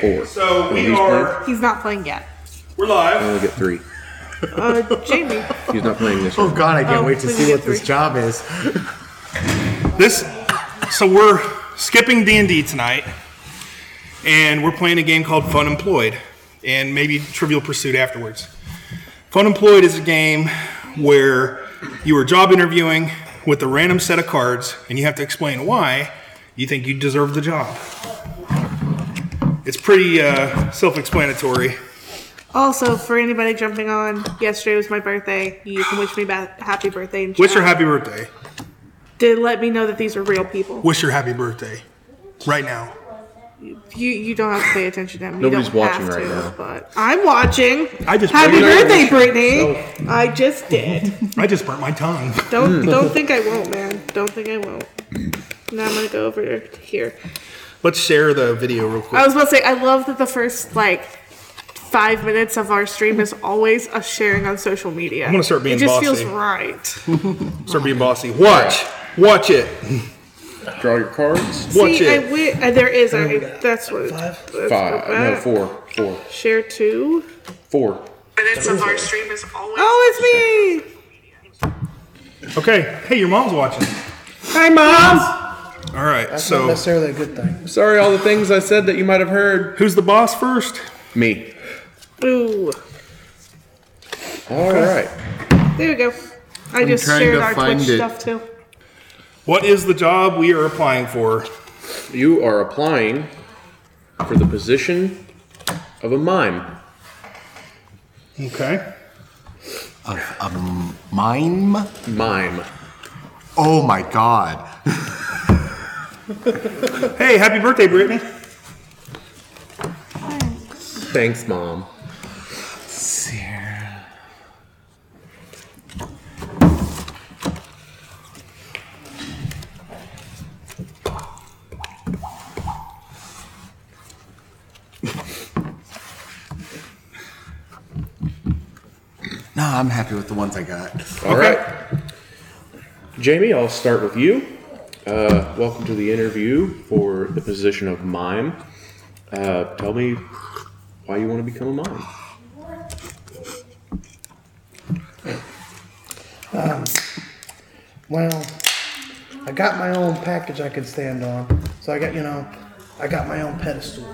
four. So we he's are He's not playing yet. we're I live. only get three. Uh, Jamie. He's not playing this. Oh One. God, I can't Oh, wait to we see get what this three. job is. This so we're skipping D and D tonight, and we're playing a game called Fun Employed, and maybe Trivial Pursuit afterwards. Fun Employed is a game where you are job interviewing with a random set of cards, and you have to explain why you think you deserve the job. It's pretty uh, self-explanatory. Also, for anybody jumping on, yesterday was my birthday. You can wish me ba- happy birthday. And Wish her chat. happy birthday. To let me know that these are real people. Wish her happy birthday, right now. You you don't have to pay attention to them. Nobody's you don't have watching right to, now. But I'm watching. I just- happy You're not birthday, Brittany. I just did. I just burnt my tongue. Don't don't think I won't, man. Don't think I won't. Now I'm gonna go over to here. Let's share the video real quick. I was about to say I love that the first like five minutes of our stream is always us sharing on social media. I'm gonna start being It just bossy. feels right. Start being bossy. Watch. Watch it. Draw your cards. Watch See, it. I wi- uh, there is. I, that's what. Five. Five. No, four. Four. Share two. Four. Minutes of our stream is always. Oh, it's me. okay. Hey, your mom's watching. Hi, mom. All right. Not so, necessarily a good thing. Sorry, all the things I said that you might have heard. who's the boss first? Me. Ooh, All right. there we go. I just trying shared to our find Twitch it. stuff too. What is the job we are applying for? You are applying for the position of a mime. Okay. Um, mime. Mime. Oh my God. Hey, happy birthday, Brittany. Thanks, mom. Sarah. No, I'm happy with the ones I got. All right, Jamie, I'll start with you. Uh, welcome to the interview for the position of mime. Uh, tell me why you want to become a mime. Well, I got my own package I can stand on. So I got, you know, I got my own pedestal.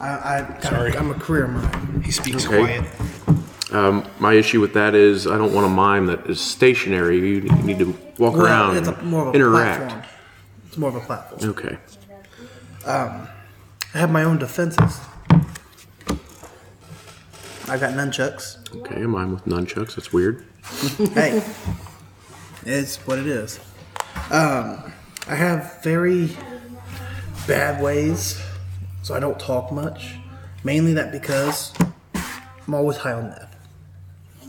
I, I Sorry. I'm a career mime. He speaks Okay. quiet. Um, my issue with that is I don't want a mime that is stationary. You need to walk around, it's a, more of a interact. platform. It's more of a platform. Okay. I have my own defenses. I got nunchucks. Okay, a mime with nunchucks. That's weird. hey, it's what it is. Um, I have very bad ways, so I don't talk much. Mainly that because I'm always high on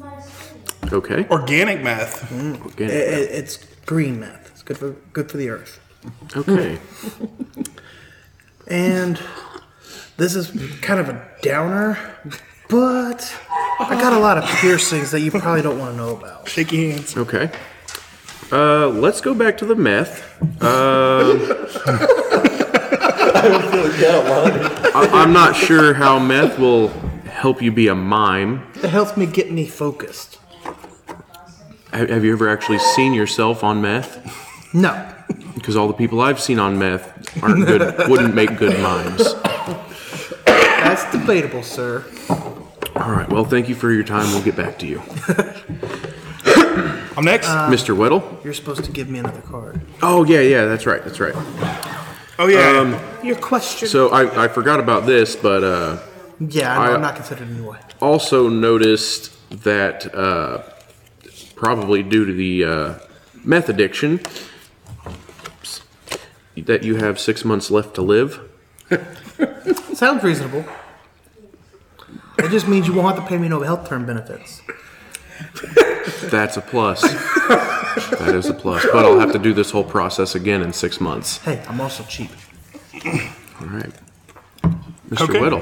meth. Okay. Organic meth. It, Okay. it, it's green meth. It's good for good for the earth. eh. Okay. And this is kind of a downer, but I got a lot of piercings that you probably don't want to know about. Shaky hands. Okay. Uh, let's go back to the meth. Um, I, I'm not sure how meth will help you be a mime. It helps me get me focused. Have, have you ever actually seen yourself on meth? No, Because all the people I've seen on meth aren't good. wouldn't make good mimes. that's debatable, sir. All right. Well, thank you for your time. We'll get back to you, I'm next. Mr. Weddle. You're supposed to give me another card. Uh, Oh yeah, yeah. That's right. That's right. oh yeah. Your question. So I, I forgot about this, but uh, yeah, I know, I- I'm not considered anyway. also noticed that uh, probably due to the uh, meth addiction that you have six months left to live Sounds reasonable. It just means you won't have to pay me no health term benefits. that's a plus that is a plus but i'll have to do this whole process again in six months Hey, I'm also cheap. all right mr Okay. Whittle.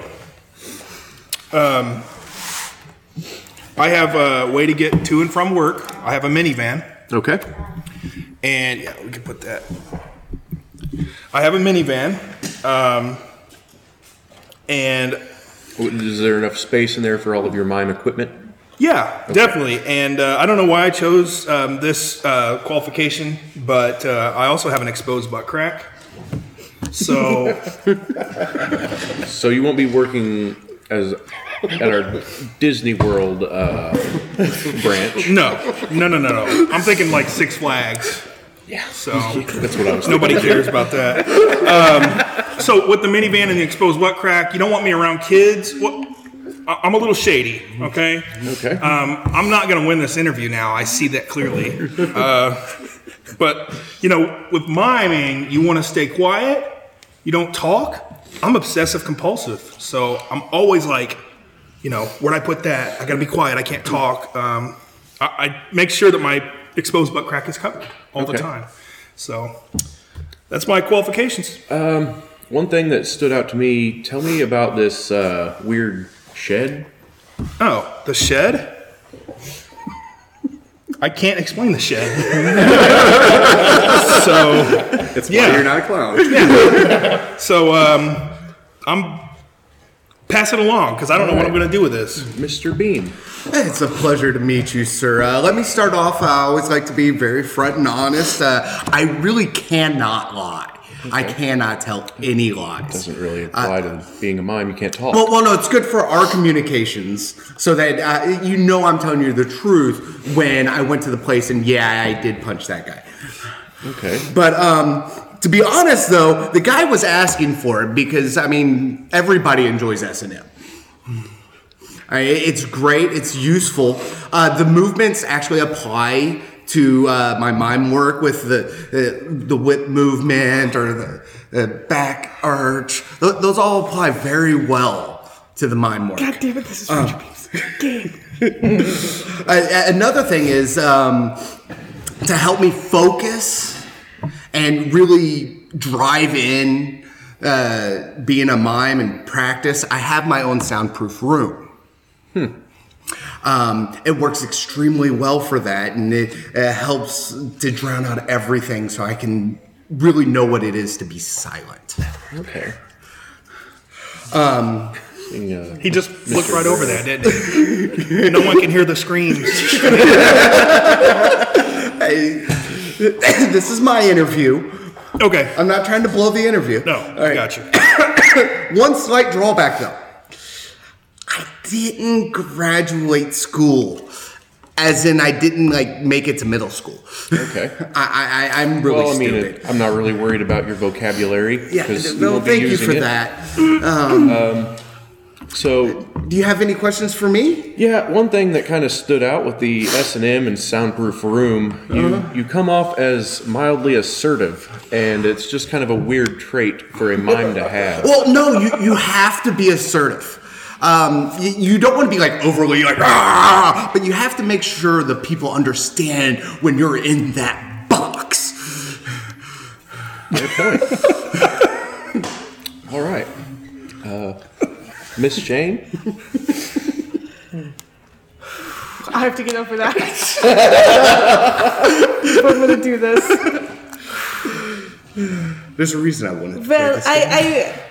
I have a way to get to and from work. I have a minivan. okay And yeah, we can put that. I have a minivan. Um, and Is there enough space in there for all of your mime equipment? Yeah, definitely. And uh, I don't know why I chose um, this uh, qualification, but uh, I also have an exposed butt crack. So So you won't be working as at our Disney World uh, branch. no, no, no, no, no. I'm thinking like Six Flags. Yeah. So That's what I was. nobody cares about that. Um, so with the minivan and the exposed butt crack, you don't want me around kids. What? I- I'm a little shady. Okay. Okay. Um, I'm not going to win this interview now. I see that clearly. Uh, but, you know, with miming, you want to stay quiet, you don't talk. I'm obsessive compulsive. So I'm always like, you know, where'd I put that? I got to be quiet. I can't talk. Um, I, I make sure that my exposed butt crack is covered all the Okay. time. So that's my qualifications. One thing that stood out to me. Tell me about this uh, weird shed. Oh, the shed? I can't explain the shed. so, It's Yeah. why you're not a clown. so um, I'm pass it along because I don't know what I'm going to do with this. Mr. Bean. It's a pleasure to meet you, sir. Uh, let me start off. I always like to be very front and honest. Uh, I really cannot lie. I cannot tell any lies. Uh, Doesn't really apply to being a mime. You can't talk. Well, well, no, it's good for our communications so that uh, you know I'm telling you the truth when I went to the place and yeah, I did punch that guy. okay. But um, to be honest, though, the guy was asking for it because I mean everybody enjoys S and M. It's great. It's useful. Uh, the movements actually apply to uh, my mime work with the uh, the whip movement or the uh, back arch. Th- those all apply very well to the mime work. God damn it, this is Richard Beams. Game. Uh, another thing is um, to help me focus and really drive in uh, being a mime and practice. I have my own soundproof room. Hmm. Um, it works extremely well for that, and it uh, helps to drown out everything, so I can really know what it is to be silent. Okay. Um. He just looked right over that, didn't he? no one can hear the screams. this is my interview. Okay. I'm not trying to blow the interview. No, All I right. got you. One slight drawback though. I didn't graduate school. As in I didn't like make it to middle school. Okay. I, I I- I'm really Well, I mean, stupid. I'm not really worried about your vocabulary yeah, because you no, won't be thank you using for it. that. So Do you have any questions for me? Yeah, one thing that kind of stood out with the S and M and soundproof room, you you come off as mildly assertive, and it's just kind of a weird trait for a mime to have. Well, no, you, you have to be assertive. Um, you, you don't want to be like overly like, "Ah," but you have to make sure the people understand when you're in that box. Fair point. All right, uh, Miss Jane. I have to get over that. if I'm gonna do this. There's a reason I wanted to Well, I, I.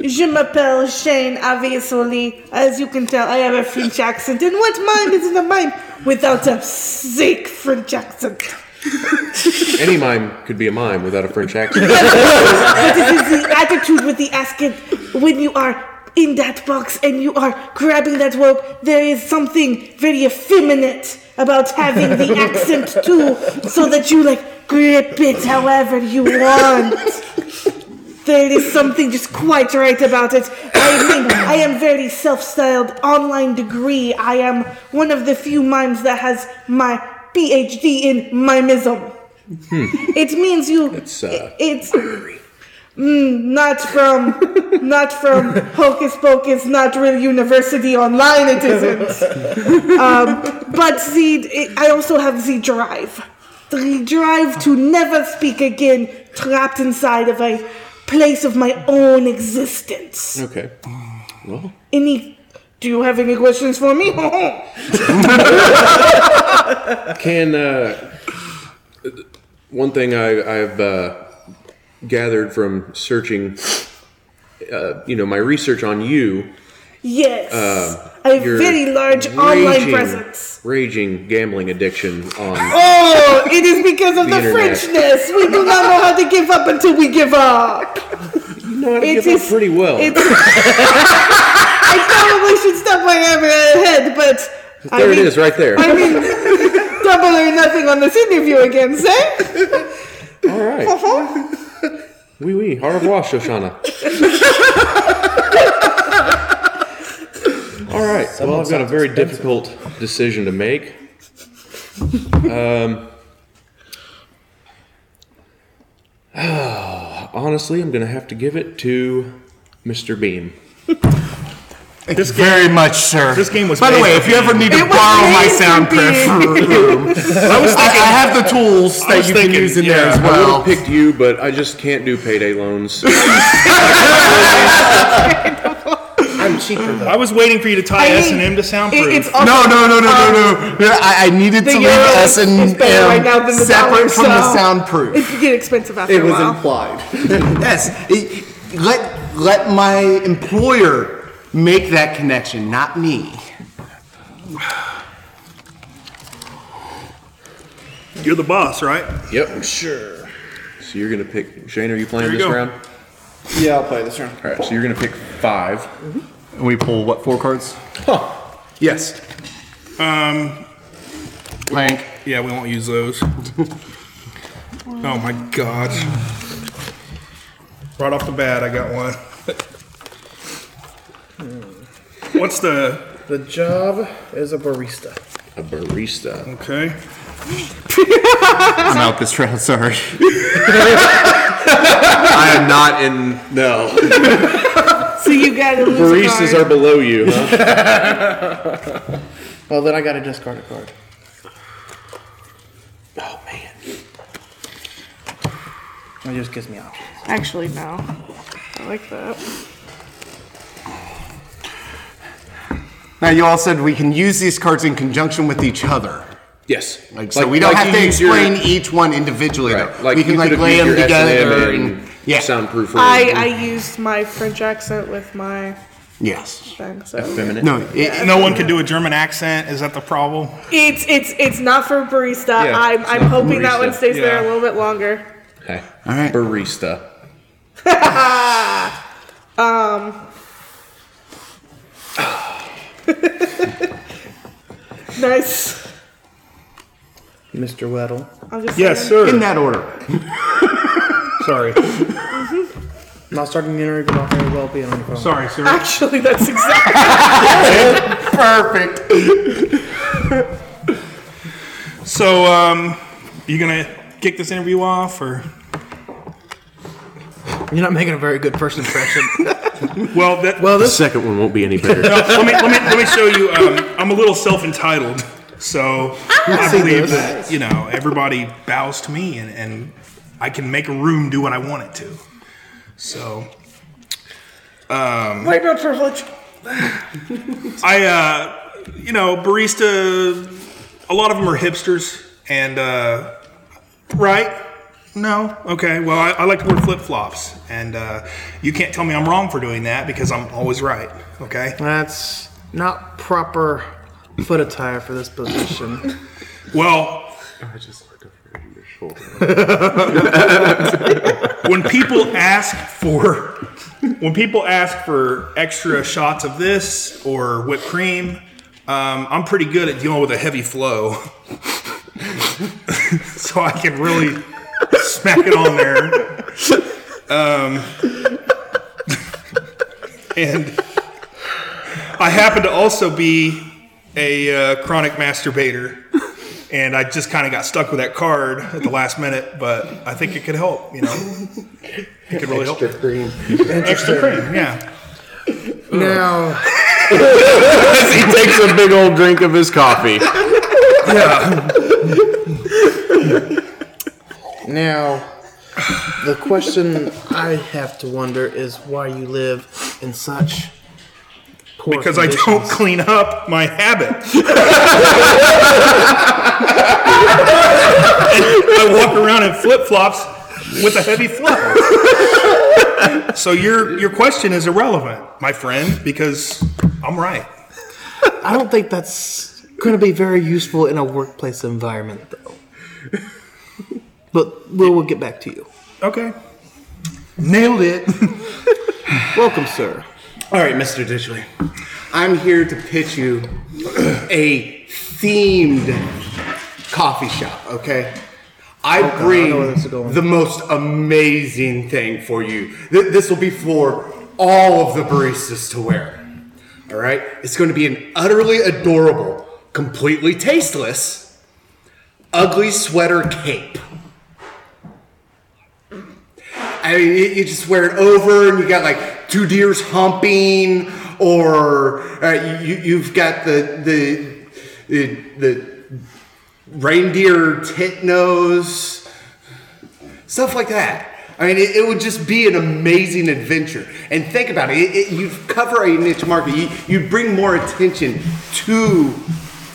Je m'appelle Shane, obviously. As you can tell, I have a French accent. And what mime isn't a mime without a sick French accent? Any mime could be a mime without a French accent. This is the attitude with the accent when you are in that box and you are grabbing that rope. There is something very effeminate about having the accent too, so that you like grip it however you want. There is something just quite right about it. I think I am very self-styled online degree. I am one of the few mimes that has my PhD in mimism. It means you. It's, uh, it's Mm, not from, not from Hocus Pocus, not real university online. It isn't. Um, but the, it, I also have the drive, the drive to never speak again, trapped inside of a place of my own existence. Okay. Well, Any? Do you have any questions for me? Um, Can uh, one thing I, I've uh, gathered from searching uh, you know, my research on you. Yes. Um, I have your very large online presence. Raging gambling addiction on. Oh, it is because of The the, internet. Frenchness. We do not know how to give up until we give up. You know how to It give is- up pretty well. It's, I probably should stop my head, but I there it mean- is, right there. I mean, double or nothing on this interview again, say? All right. Uh-huh. Oui, oui. Au revoir, Shoshana. All right. well, I've got a very difficult decision to make. Um, honestly, I'm going to have to give it to Mr. Beam. This Very much, sir. this game was By the made way, for if you ever need to It was borrow my made for soundproof room, I, was I have the tools I that was you thinking, can use in yeah, there as I I would well. have picked you, but I just can't do payday loans. I'm cheaper though. I was waiting for you to tie S and M to soundproof. It, it's also, No, no, no, no, no, no. Yeah, I, I needed to the leave euro S and is better right M now than the dollar, separate from the so- soundproof. It's getting expensive after a while. implied. yes, it- let let my employer make that connection, not me. You're the boss, right? yep. Sure. So you're going to pick. Shane, are you There playing you this go. round? Yeah, I'll play this round. All right. So you're going to pick five. Mm-hmm. And we pull what four cards? Huh. Yes, Um, blank. yeah, we won't use those. oh my god! Right off the bat, I got one. What's the The job is a barista. A barista. okay? I'm out this round. Sorry. I am not in. No. So you gotta lose a Baristas card. are below you, huh? Well, then I gotta discard a card. oh man. It just gives me options. Actually, no. I like that. Now you all said we can use these cards in conjunction with each other. Yes. Like, so we don't have you to use your- explain each one individually. right, though. we can you like could've lay used your them together. S&M And, yeah. Soundproof. I, I room. used my French accent with my yes. thing, so Feminine. No. It, No one can do a German accent. Is that the problem? it's it's it's not for barista. Yeah, I'm it's I'm not for hoping that one barista. stays there a Yeah. little bit longer. Okay. All right. Barista. Nice. Mr. Weddle. I'll just Yes, in sir. that order. Sorry, Not starting the interview off very well being on your phone. sorry, sir. Actually, that's exactly. Perfect. So, um, you gonna kick this interview off, or? You're not making a very good first impression. Well, that, well, The this second one won't be any better. No, let me let me let me show you. Um, I'm a little self entitled, so I believe that you know everybody bows to me, and, and I can make a room do what I want it to. So um, White belt privilege. I, uh, you know, barista. A lot of them are hipsters, and uh, right? No, okay. Well, I, I like to wear flip flops, and uh, you can't tell me I'm wrong for doing that because I'm always right. Okay. that's not proper foot attire for this position. Well, when people ask for when people ask for extra shots of this or whipped cream, um, I'm pretty good at dealing with a heavy flow, so I can really smack it on there. Um, and I happen to also be a uh, chronic masturbator, and I just kind of got stuck with that card at the last minute. But I think it could help, you know. It could really help. cream. Extra cream, yeah. now, he takes a big old drink of his coffee. now, the question I have to wonder is why you live in such poor Because I don't conditions. clean up my habit. I walk around in flip flops with a heavy flow. so your your question is irrelevant, my friend, because I'm right. I don't think that's going to be very useful in a workplace environment, though. But we'll, we'll get back to you. Okay. Nailed it. Welcome, sir. All right, Mr. Ditchley. I'm here to pitch you a themed coffee shop, okay? I bring where this is going. the most amazing thing for you. Th- this will be for all of the baristas to wear. All right? It's going to be an utterly adorable, completely tasteless, ugly sweater cape. I mean, you, you just wear it over, and you got like two deers humping, or uh, you, you've got the the the, the reindeer tit nose, stuff like that. I mean, it, it would just be an amazing adventure. And think about it, it, it you cover a niche market. You, you bring more attention to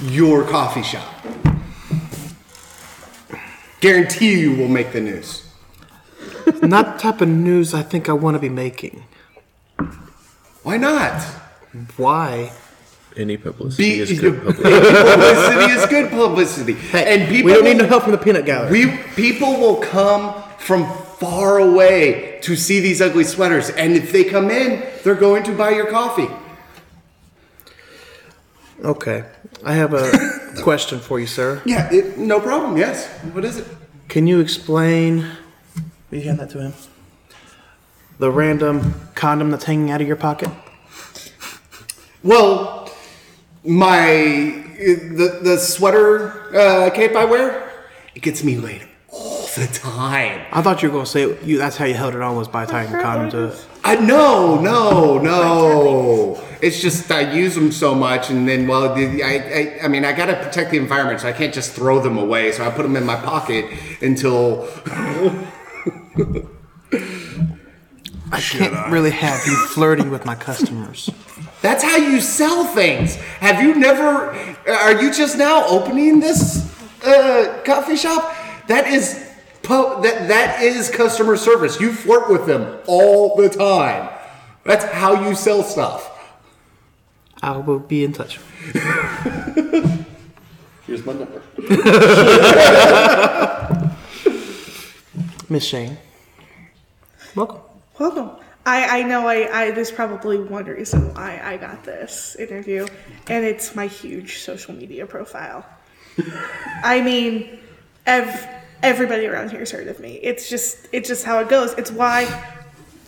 your coffee shop. Guarantee you will make the news. Not the type of news I think I want to be making. Why not? Why? Any publicity Be- is good publicity. publicity is good publicity. Hey, and people we don't need no help from the peanut gallery. we people will come from far away to see these ugly sweaters and if they come in, they're going to buy your coffee. Okay. I have a question for you, sir. Yeah, it, no problem. Yes. What is it? Can you explain Will you hand that to him? the random condom that's hanging out of your pocket? Well, my the the sweater uh, cape I wear, it gets me laid all the time. I thought you were going to say you, that's how you held it on was by tying a condom to it. I no, no, no. It's just I use them so much, and then well, the- I, I, I mean, I gotta protect the environment, so I can't just throw them away. So I put them in my pocket until I can't really have you flirting with my customers. that's how you sell things. Have you never? Are you just now opening this uh, coffee shop? That is po- that that is customer service. You flirt with them all the time. That's how you sell stuff. I will be in touch. Here's my number. Miss Shane. Welcome. Welcome. I, I know I, I there's probably one reason why I got this interview, and it's my huge social media profile. I mean, ev- everybody around here's heard of me. It's just it's just how it goes. It's why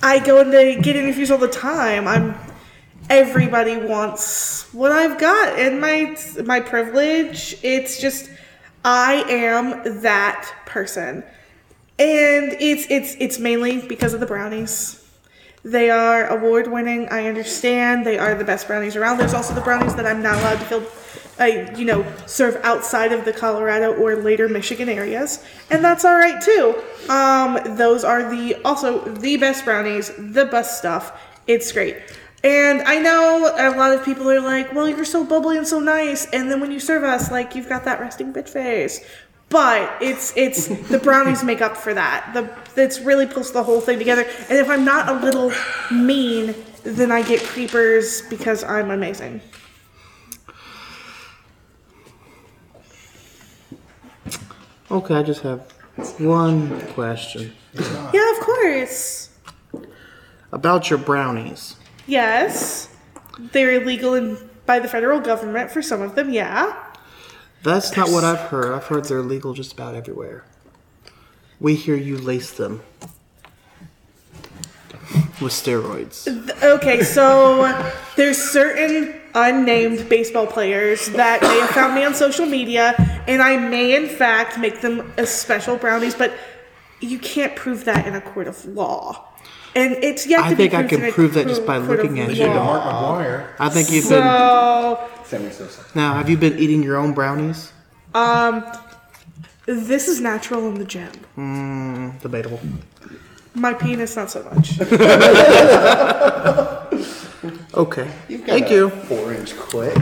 I go into get interviews all the time. I'm everybody wants what I've got and my my privilege. It's just I am that person. And it's it's it's mainly because of the brownies. They are award winning. I understand they are the best brownies around. There's also the brownies that I'm not allowed to fill, uh, you know, serve outside of the Colorado or later Michigan areas, and that's all right too. Um, those are the also the best brownies, the best stuff. It's great. And I know a lot of people are like, "Well, you're so bubbly and so nice," and then when you serve us, like you've got that resting bitch face but it's it's the brownies make up for that. The it's really pulls the whole thing together. And if I'm not a little mean, then I get creepers because I'm amazing. Okay, I just have one question Yeah, of course. about your brownies. Yes, they're illegal in, by the federal government for some of them. Yeah. That's not what I've heard. I've heard they're legal just about everywhere. We hear you lace them with steroids. Okay, so there's certain unnamed baseball players that may have found me on social media, and I may in fact make them a special brownies, but you can't prove that in a court of law. And it's yet I to be think I proved can in a prove that just by court of looking at law. you. I think you've been So now. Have you been eating your own brownies? this is natural in the gym. Debatable. My penis, not so much. Okay. Thank you, Orange quit.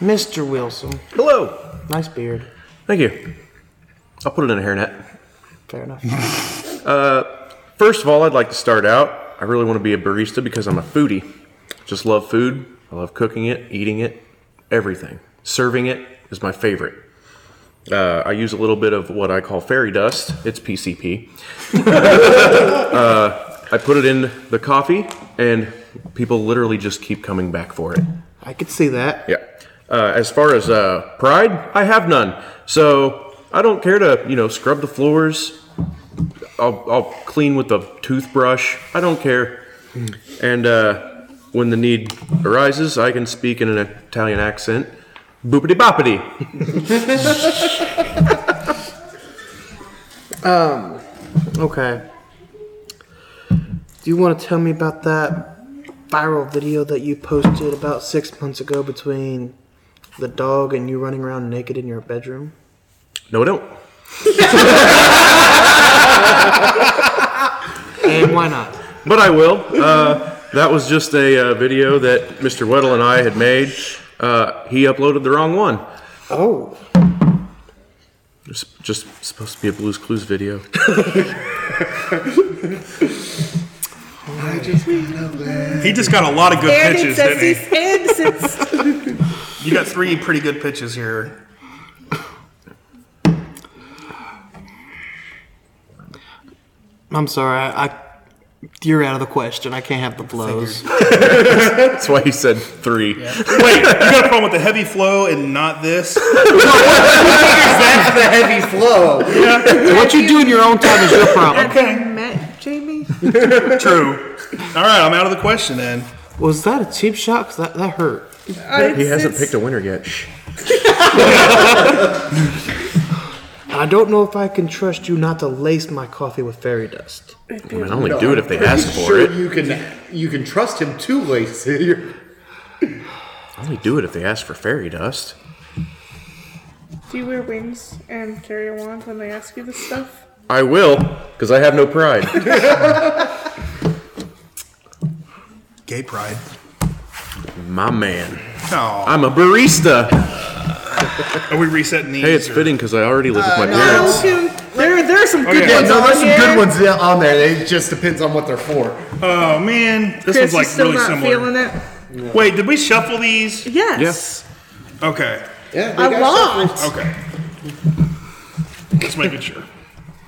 Mr. Wilson. Hello. Nice beard. Thank you. I'll put it in a hairnet. Fair enough. Uh, first of all, I'd like to start out. I really want to be a barista because I'm a foodie. Just love food. I love cooking it, eating it, everything. Serving it is my favorite. Uh, I use a little bit of what I call fairy dust. It's PCP. uh, I put it in the coffee, and people literally just keep coming back for it. I could see that. Yeah. Uh, as far as uh, pride, I have none. So I don't care to, you know, scrub the floors. I'll, I'll clean with a toothbrush. I don't care. And uh, when the need arises, I can speak in an Italian accent. Boopity boppity. Okay. Do you want to tell me about that viral video that you posted about six months ago between the dog and you running around naked in your bedroom? No, I don't. And why not? but I will. Uh, that was just a uh, video that Mr. Weddle and I had made. Uh, he uploaded the wrong one. Oh. It's just supposed to be a Blues Clues video. He just got a lot of good And it pitches, says didn't his hands. It's he? You got three pretty good pitches here. I'm sorry. I, I you're out of the question. I can't have the blows. That's why he said three. Wait, you got a problem with the heavy flow and not this? That's the heavy flow. what you do in your own time is your problem. okay. met Jamie. True. All right, I'm out of the question then. Was that a cheap shot? 'Cause that, that hurt. He Uh, it's- hasn't it's- picked a winner yet. Shh. I don't know if I can trust you not to lace my coffee with fairy dust. I mean, I only do it if they ask for it. you can you can trust him too, Lacey. I only do it if they ask for fairy dust. Do you wear wings and carry a wand when they ask you this stuff? I will, because I have no pride. Gay pride. My man. Oh. I'm a barista. Are we resetting these? Hey, it's or- fitting because I already live with my Uh, parents. There, there are some good yeah. Yeah, ones no, there's on some here. good ones on there. It just depends on what they're for. Oh man, this Chris is is like still really not similar. feeling it. Wait, did we shuffle these? Yes. Yes. Okay. Yeah, A lot. Okay. Just making sure.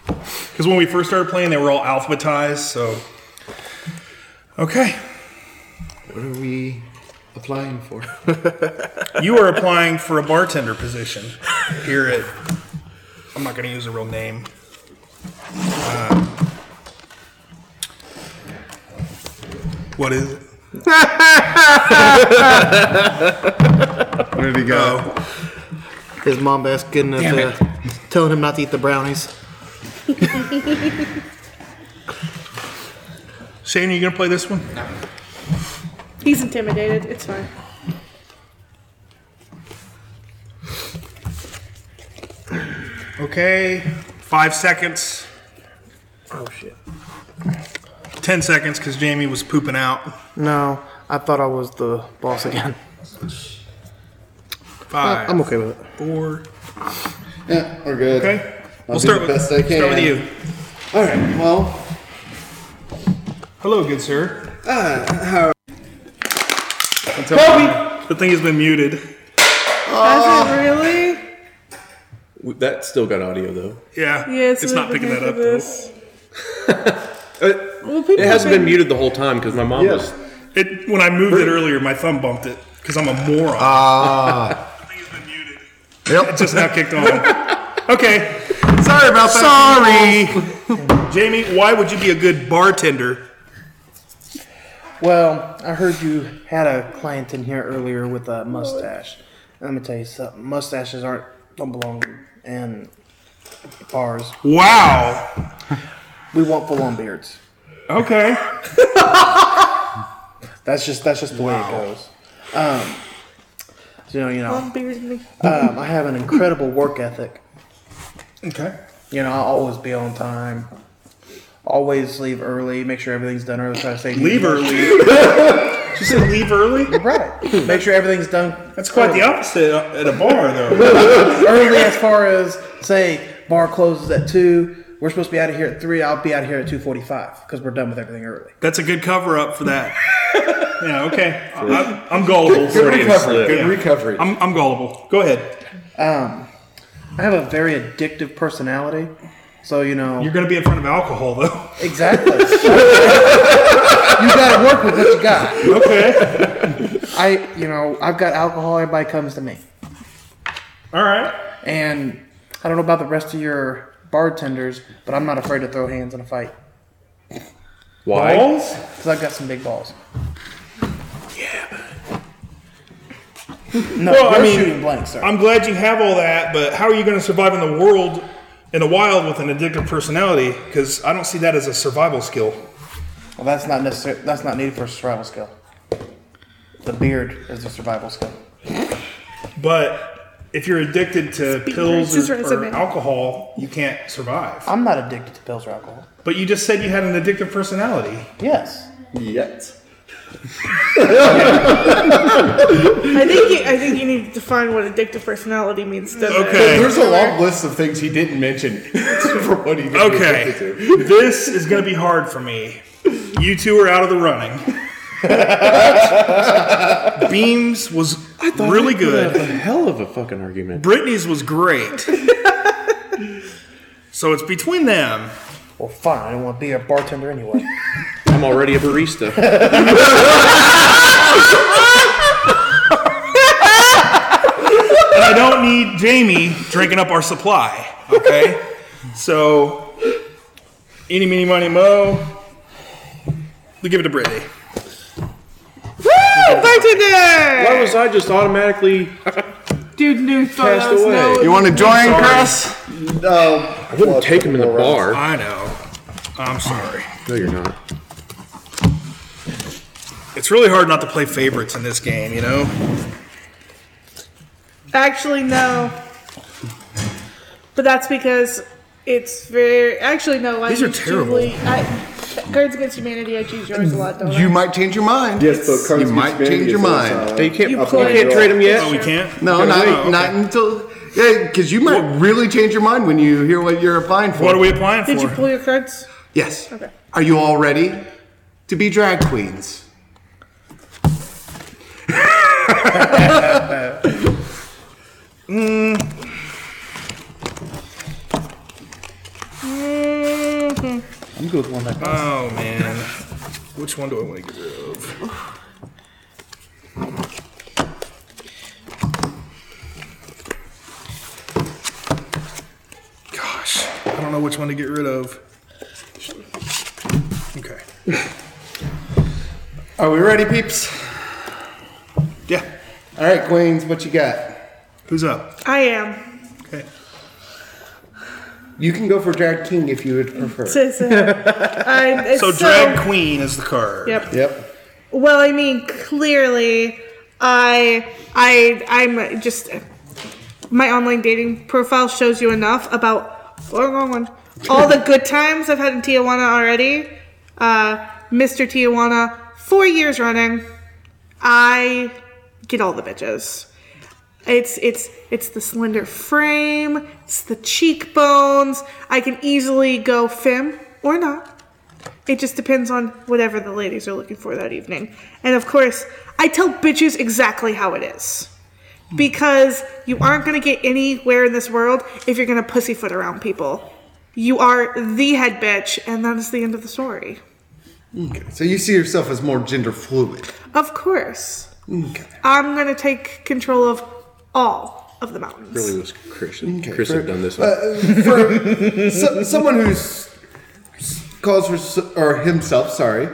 Because when we first started playing, they were all alphabetized, so. Okay. What are we applying for? You are applying for a bartender position here at. I'm not going to use a real name. Uh, what is it? Where did he go? Oh, His mom best good enough Damn uh, telling him not to eat the brownies. Shane, are you going to play this one? He's intimidated. It's fine. Okay. Five seconds. Oh shit. Ten seconds because Jamie was pooping Uh, out. No, I thought I was the boss again. Five. I'm okay with it. Four. Yeah, we're good. Okay. I'll do the best I Start with can. you. All right. Well, Hello, good sir. until Kobe. The thing has been muted. Does it really? W- That still got audio, though. Yeah. Yes. it's not picking that up. though. This. well, people It hasn't been have muted the whole time because my mom was. It when I moved it earlier, my thumb bumped it because I'm a moron. Ah. the thing has been muted. It just now kicked on. okay. Sorry about that. Sorry. Jamie, why would you be a good bartender? Well, I heard you had a client in here earlier with a mustache. Let me tell you something. Mustaches aren't don't belong in bars. Wow. We want full on beards. Okay. That's just that's just the way it goes. Um, so, you know, Long beers in Oh, me. um, I have an incredible work ethic. Okay. You know, I'll always be on time. Always leave early. Make sure everything's done early. Try to stay Leave early. She said leave early? Right. Make sure everything's done That's quite the opposite at a bar, though. early as far as say bar closes at two. We're supposed to be out of here at three. I'll be out of here at two forty-five because we're done with everything early. That's a good cover up for that. yeah, okay. I, I'm gullible. slip. Good Yeah. recovery. I'm, I'm gullible. Go ahead. I have a very addictive personality, so you know You're going to be in front of alcohol, though. exactly. you got to work with what you got. okay. I, you know, I've got alcohol. Everybody comes to me, All right. and I don't know about the rest of your bartenders, but I'm not afraid to throw hands in a fight Why? Balls? because I've got some big balls. Yeah. no, Well, I you're mean, shooting blanks, sir. I'm glad you have all that, but how are you going to survive in the world, in the wild, with an addictive personality? Because I don't see that as a survival skill. Well, that's not necessary. That's not needed for a survival skill. The beard is a survival skill. But if you're addicted to Speaking pills versus or, or resume. alcohol, you can't survive. I'm not addicted to pills or alcohol. But you just said you had an addictive personality. Yes. Yet. I think you, I think you need to define what addictive personality means. doesn't it? Okay. There's a long list of things he didn't mention for what he got Okay, addicted to. this is going to be hard for me. You two are out of the running. Beams was really good. The hell of a fucking argument. Brittany's was great. so it's between them. Well, fine. I don't want to be a bartender anyway. I'm already a barista. And I don't need Jamie drinking up our supply. Okay? So, any, meeny, money, mo. We give it to Brittany. Woo, bartender! Why was I just automatically? Dude, new Passed photos. away. No, You want to join, Chris? I wouldn't take him in the bar. I know. I'm sorry. No, you're not. Uh, It's really hard not to play favorites in this game, you know? Actually, no. But that's because it's very. Actually, no. I These are use terrible. Jubilee- I, Cards Against Humanity. I choose yours a lot, don't I? You might change your mind. Yes, but Cards You might Against change Humanity your is mind. also- They can't. You uh, play- Can't trade him yet. Oh, we can't? No, not e-, Oh, okay. not until. Yeah, because you might really change your mind when you hear what you're applying for. What are we applying for? Did you pull your cards? Yes. Okay. Are you all ready to be drag queens? I'm good with one that does. Oh man, which one do I want to get rid of? Gosh, I don't know which one to get rid of. Okay. Are we ready, peeps? Yeah. All right, queens, what you got? Who's up? I am. Okay. You can go for drag king if you would prefer. Says, uh, I'm- it's So drag queen is the card. Yep. Yep. Well, I mean, clearly, I, I, I'm just my online dating profile shows you enough about oh, wrong one. all the good times I've had in Tijuana already. Uh, Mr. Tijuana, four years running. I get all the bitches. It's it's it's the slender frame. It's the cheekbones. I can easily go fem or not. It just depends on whatever the ladies are looking for that evening. And of course, I tell bitches exactly how it is. Because you aren't going to get anywhere in this world if you're going to pussyfoot around people. You are the head bitch, and that is the end of the story. So you see yourself as more gender fluid. Of course. I'm going to take control of all of the mountains. Really was Chris. Chris had done this. for so, someone who's calls her, s- or himself, sorry,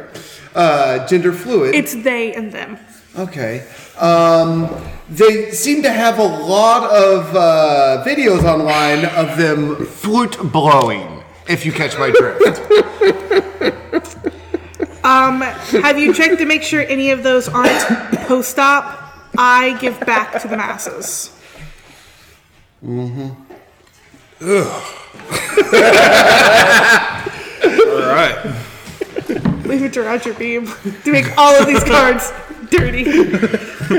uh, gender fluid. It's they and them. okay. Um, they seem to have a lot of uh, videos online of them flute blowing. If you catch my drift, Um, have you checked to make sure any of those aren't post op? I give back to the masses. All right. Leave it to Roger Beam to make all of these cards dirty.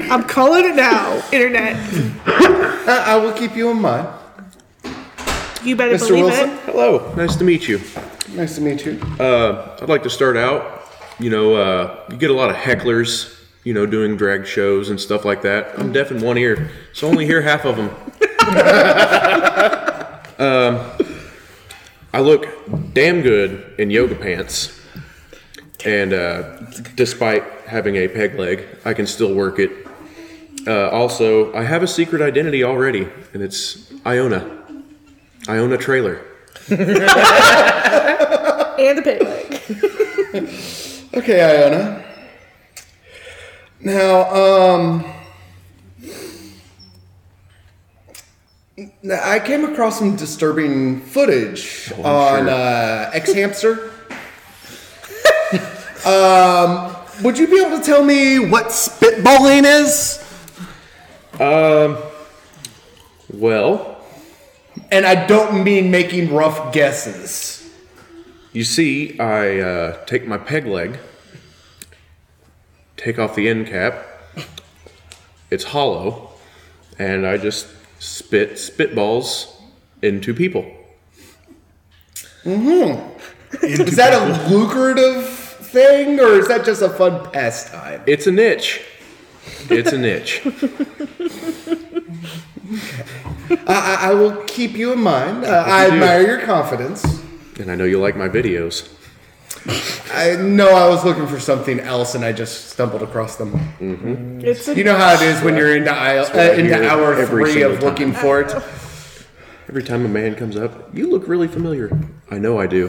I'm calling it now, internet. I, I will keep you in mind. You better Mr. believe Wilson? it. Hello, nice to meet you. Nice to meet you. Uh, I'd like to start out. You know, uh, you get a lot of hecklers, you know, doing drag shows and stuff like that. I'm deaf in one ear, so I only hear half of them. um, I look damn good in yoga pants. And uh, despite having a peg leg, I can still work it. Uh, also, I have a secret identity already, and it's Iona. Iona Trailer. And the pig leg. Okay, Iona. Now, um, now I came across some disturbing footage on uh, X Hamster. um, would you be able to tell me what spitballing is? Well, And I don't mean making rough guesses. You see, I uh, take my peg leg, take off the end cap. It's hollow, and I just spit spitballs into people. Is that a lucrative thing, or is that just a fun pastime? It's a niche. It's a niche. I, I- I will keep you in mind. Uh, I you do. admire your confidence. and I know you like my videos. I know I was looking for something else, and I just stumbled across them. It's a, You know how it is when you're into aisle, uh, Mm-hmm. I into hear hour every three single of looking for it. Every time a man comes up, you look really familiar. I know I do.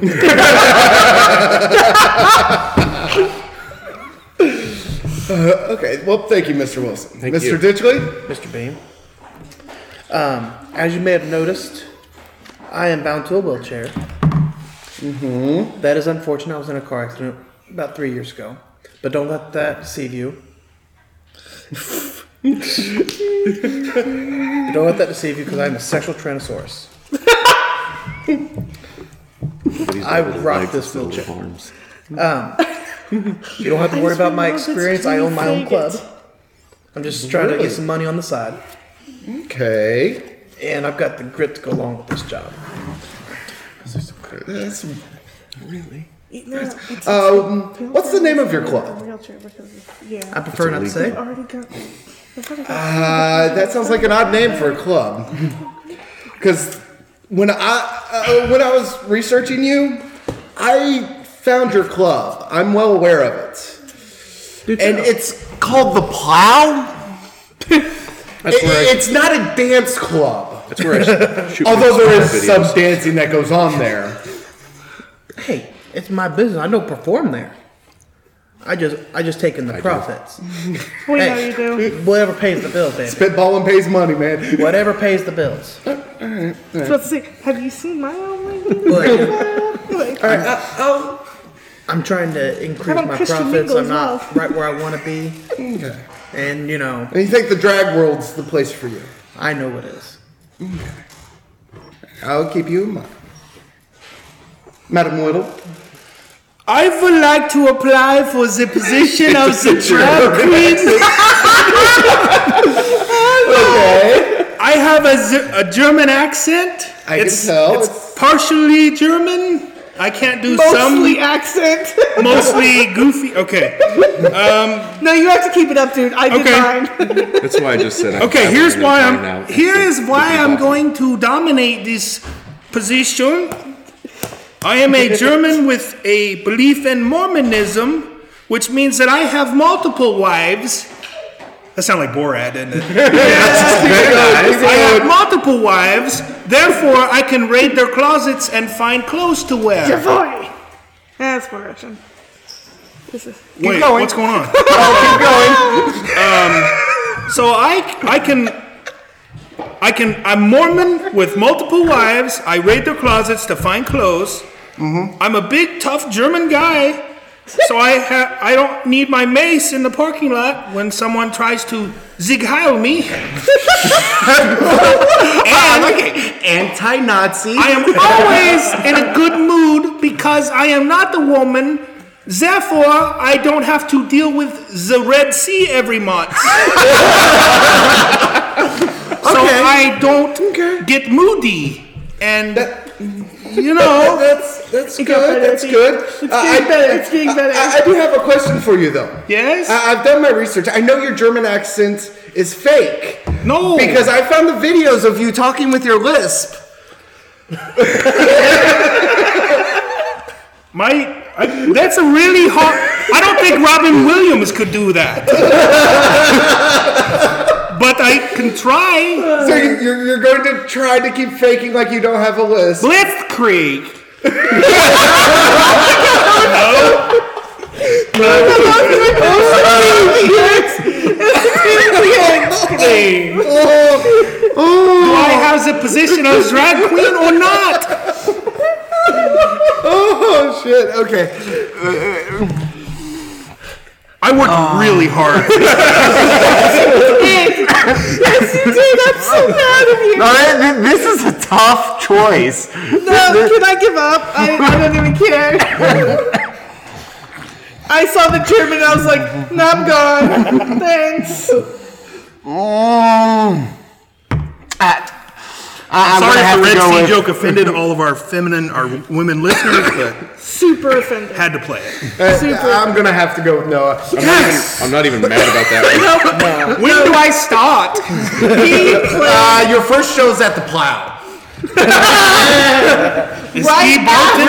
Okay, well, thank you, Mr. Wilson, Thank Mr. you. Ditchley. Mr. Beam. Um, as you may have noticed, I am bound to a wheelchair. Mm-hmm. is unfortunate. I was in a car accident about three years ago. But don't let that deceive you. But don't let that deceive you because I'm a sexual tyrannosaurus. I rock this wheelchair. Arms. You don't have to worry about my just experience. I own my own club. remembered I'm just trying to Really? get some money on the side. Okay, And I've got the grit to go along with this job. That's- no, it's- it's um, a what's the name of your club? wheelchair because- Yeah. I prefer not to say. I've already got. I've already got Uh, that sounds like an odd name for a club. Because when I uh, when I was researching you, I found your club. I'm well aware of it, and it's Called the plow? That's it- where I, it's not a dance club. that's where I shoot my Although there is videos. some dancing that goes on there. Hey, it's my business. I don't perform there. I just I just take in the do. profits. We know Hey. you do. Whatever pays the bills, baby. Spitballing pays money, man. Whatever pays the bills. I was about to say, have you seen my own language? But Like, oh, I'm trying to increase about my Christian profits. Mingle I'm as not well? right where I want to be. Okay. And you know, And you think the drag world's the place for you? I know it is. I'll keep you in mind, Madam Whittle. I would like to apply for the position of the drag queen. Okay. I have a, Zer- a German accent. I can tell. It's, It's- partially German. I can't do mostly accent. some mostly goofy. Okay. no, you have to keep it up, dude. I did Okay. mine. That's why I just said. I- Okay, I here's wanted to why find I'm out here if is it- why if it I'm bothered going to dominate this position. I am a German with a belief in Mormonism, which means that I have multiple wives. That sounds like Borat, doesn't it? I have multiple wives, therefore I can raid their closets and find clothes to wear. Boy. That's more Russian. This is. Wait, going. what's going Oh, on? um, so I, I can, I can. I'm Mormon with multiple wives. I raid their closets to find clothes. I'm a big, tough German guy, so I ha- I don't need my mace in the parking lot when someone tries to zig heil me. and Anti-Nazi. I am always in a good mood because I am not the woman. Therefore, I don't have to deal with the Red Sea every month. So I don't get moody. And you know, That's that's It got good. better, That's it- good. Uh, it's getting better, it's getting better. I, I do have a question for you though. Yes? I, I've done my research. I know your German accent is fake No. Oh. because I found the videos of you talking with your lisp. My, I, that's a really hard. I don't think Robin Williams could do that. but I can try. So you- you're, you're going to try to keep faking like you don't have a lisp. Blitzkrieg. no. Do I have the position of drag queen or not? Oh shit. Okay. I worked Oh. really hard. Yes, you did. I'm so proud of you. No, that- th- this is a tough choice. No, can I give up? I, I don't even care. I saw the German, I was like, no, I'm gone. Thanks. Um, Mm. At- I, am Sorry if gonna have the to Red go Sea with, joke offended all of our feminine, our women listeners, but Super offended. had to play it. Super. I'm gonna have to go with Noah. I'm not even mad about that. When do I start? Uh, your first show's at the plow. Is Steve Martin?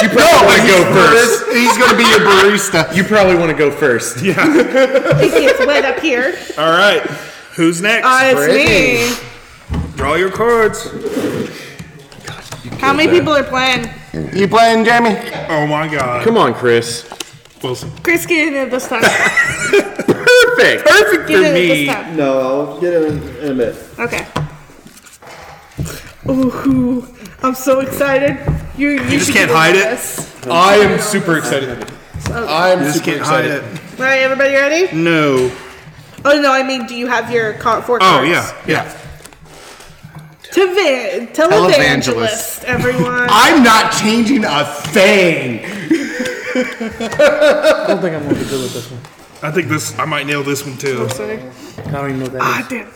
You probably want to go first. He's gonna be your barista. You probably want to go first. It gets wet up here. All right. Who's next? Uh, it's Draw your cards. me. How many people are playing? You playing, Jamie? Oh my God. Come on, Chris. Wilson. Chris, get in it this time. Perfect. Perfect get for in it me. this time. No, I'll get it in, in a minute. Okay. Ooh, I'm so excited. You, you, just should can't get in hide it? this. I am super excited. I am Just super can't hide excited. it. All right, everybody ready? No. Oh no, I mean, do you have your car four Oh cards? yeah, yeah. Teva- televangelist, everyone. I'm not changing a thing. I don't think I'm gonna be good with this one. I think this. I might nail this one too. I don't even know what that God Ah, damn.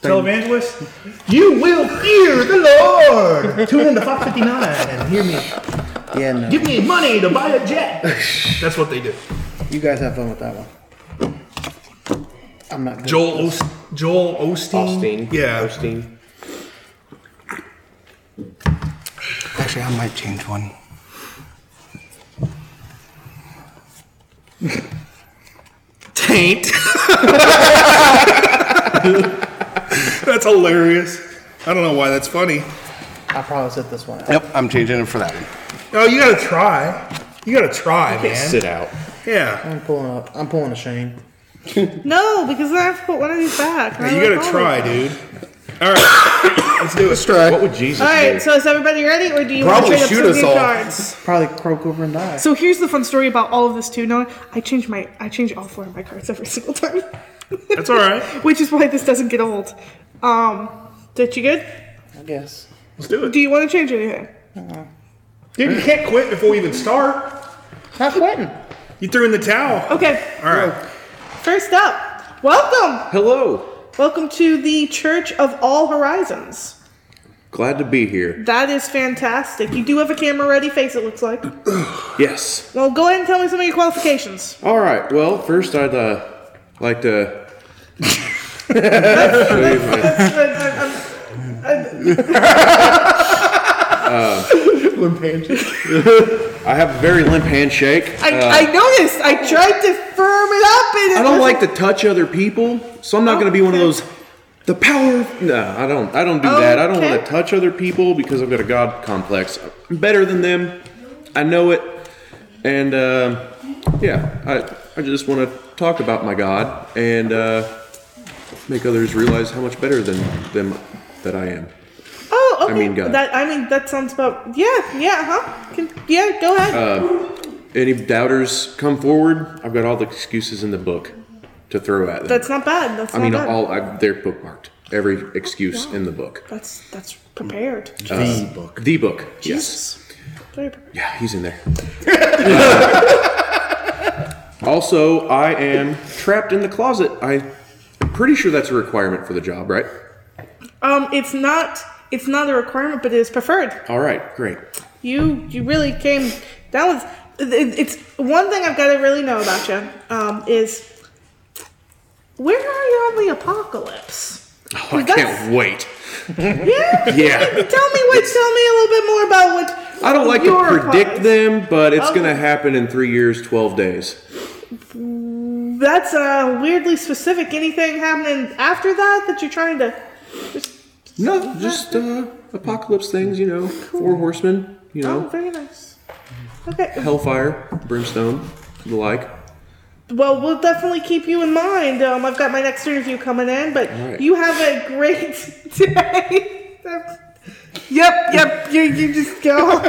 Televangelist. You will fear the Lord. Tune in to Fox 59 and hear me. Yeah. no. Give me money to buy a jet. That's what they do. You guys have fun with that one. I'm not good. Joel Ost- Joel Osteen. Austin. Yeah. Austin. Actually, I might change one. Taint. That's hilarious. I don't know why that's funny. I probably set this one. Out. Yep, I'm changing it for that one. Oh, you gotta try. You gotta try, man. Sit out. Yeah. I'm pulling up. I'm pulling a Shane. No, because then I have to put one of these back. You gotta try, dude. All right. Let's do it. What would Jesus All do? right, so is everybody ready, or do you want to Probably trade up shoot some us new all. cards? Probably croak over and die. So here's the fun story about all of this too. No, I change my I change all four of my cards every single time, That's all right. which is why this doesn't get old. Um, did you good? I guess. Let's do it. Do you want to change anything? Dude, you can't quit before we even start. Not quitting. You threw in the towel. Okay. All right. First up, welcome, Hello. welcome to the Church of All Horizons. Glad to be here. That is fantastic. You do have a camera-ready face. It looks like. Yes. Well, go ahead and tell me some of your qualifications. All right. Well, first I'd uh, like to. That's- I'm- I'm- I have a very limp handshake. Uh, I, I noticed. I tried to firm it up, and it I don't like wasn't- to touch other people, so I'm not going to be one of those. The power. of-" No, I don't. I don't do that. I don't Okay. want to touch other people because I've got a god complex. I'm better than them. I know it, and uh, yeah, I I just want to talk about my god and uh, make others realize how much better than them that I am. Oh, okay. mean, got it. that. I mean, that sounds about. Yeah, yeah, huh? Can, yeah, go ahead. Uh, Any doubters come forward. I've got all the excuses in the book to throw at them. that's not bad. That's I not mean, bad. all I, they're bookmarked. Every excuse in the book. that's that's prepared. The book. The book. Yes. Jesus. Very prepared. Yeah, he's in there. also, I am trapped in the closet. I- I'm pretty sure that's a requirement for the job, right? Um, it's not it's not a requirement, but it is preferred. All right, great. You you really came down with. it- It's one thing I've got to really know about you um, is where are you on the apocalypse? Oh, I can't wait. Yeah, Yeah. Tell me what. Tell me a little bit more about what. I don't like your Oh. to predict apocalypse- them, but it's Okay. going to happen in three years, 12 days. That's uh, weirdly specific. Anything happening after that that you're trying to? No, just uh, apocalypse things, you know, four horsemen, you Oh, know, very nice. Okay. hellfire, brimstone, the like. Well, we'll definitely keep you in mind. Um, I've got my next interview coming in, but right. you have a great day. yep, yep. You, you just go. All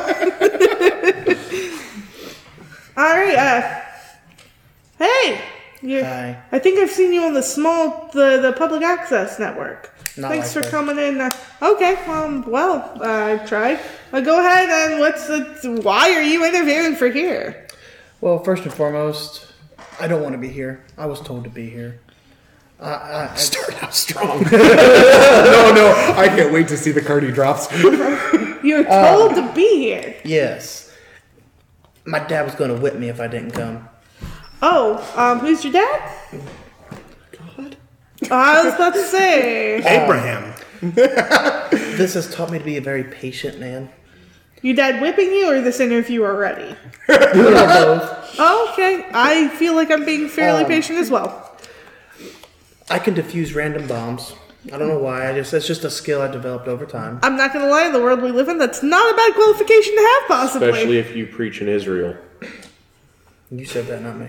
right. Uh, hey. you Hi. I think I've seen you on the small the the public access network. Not Thanks for likely. coming in. Uh, okay. Um. Well, uh, I've tried. Uh, go ahead and what's the? Why are you interviewing for here? Well, first and foremost, I don't want to be here. I was told to be here. I, I, I, Start out strong. No, Oh, no, I can't wait to see the card he drops. You're told to be here. yes. My dad was going to whip me if I didn't come. Oh, um, who's your dad? God. I was about to say. Abraham. This has taught me to be a very patient man. Your dad whipping you or this interview already? oh, okay. I feel like I'm being fairly patient as well. I can defuse random bombs. I don't know why. I just that's just a skill I developed over time. I'm not gonna lie, in the world we live in, that's not a bad qualification to have, possibly. Especially if you preach in Israel. You said that, not me.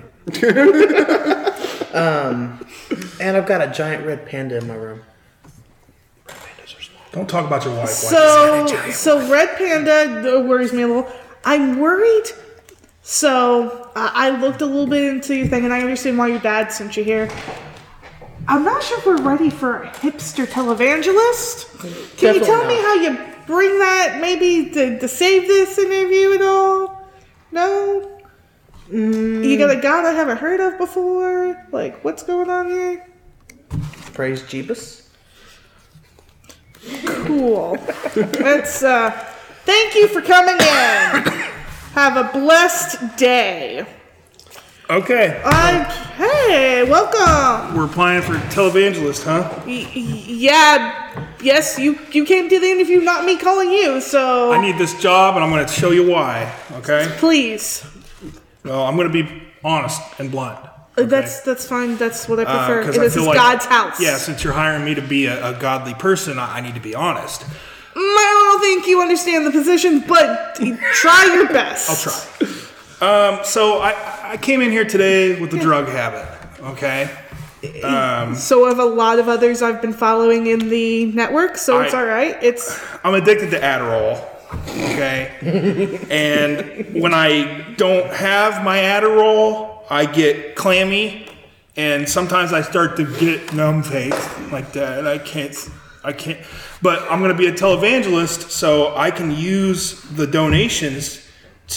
um, and I've got a giant red panda in my room. Don't talk about your wife. wife. So, so Red Panda uh, worries me a little. I'm worried. So uh, I looked a little bit into your thing, and I understand why your dad sent you here. I'm not sure if we're ready for a hipster televangelist. Can you Definitely tell me not. how you bring that maybe to, to save this interview at all? No. Mm. You got a god I haven't heard of before. Like, what's going on here? Praise Jeebus. Cool. That's uh thank you for coming in. Have a blessed day. okay, I hey, welcome. we're applying for televangelist, huh? Y- y- yeah, yes, you you came to the interview, not me calling you. So I need this job, and I'm going to show you why. Okay. please, Well, I'm going to be honest and blunt. Uh, that's that's fine. That's what I Uh, prefer. 'cause It I is feel is like- God's house. Yeah, since you're hiring me to be a, a godly person, I, I need to be honest. Mm, I don't think you understand the position, but try your best. I'll try. Um, so I, I came in here today with the drug habit. Okay. So have a lot of others I've been following in the network, so it's I- all right. It's I'm addicted to Adderall. Okay. and when I don't have my Adderall, I get clammy, and sometimes I start to get numb face like that. I can't. I can't. But I'm gonna be a televangelist, so I can use the donations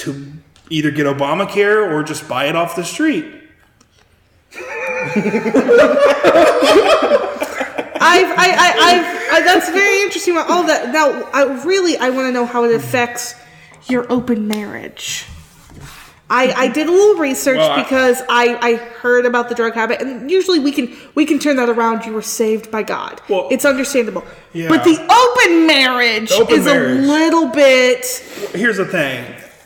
to either get Obamacare or just buy it off the street. I've, I, I, I've, I, that's very interesting about all that. Now, I really, I want to know how it affects your open marriage. I, I did a little research Well, I- because I, I heard about the drug habit, and usually we can we can turn that around. You were saved by God. Well- it's understandable. Yeah. But the open marriage open is marriage. a little bit. Here's the thing.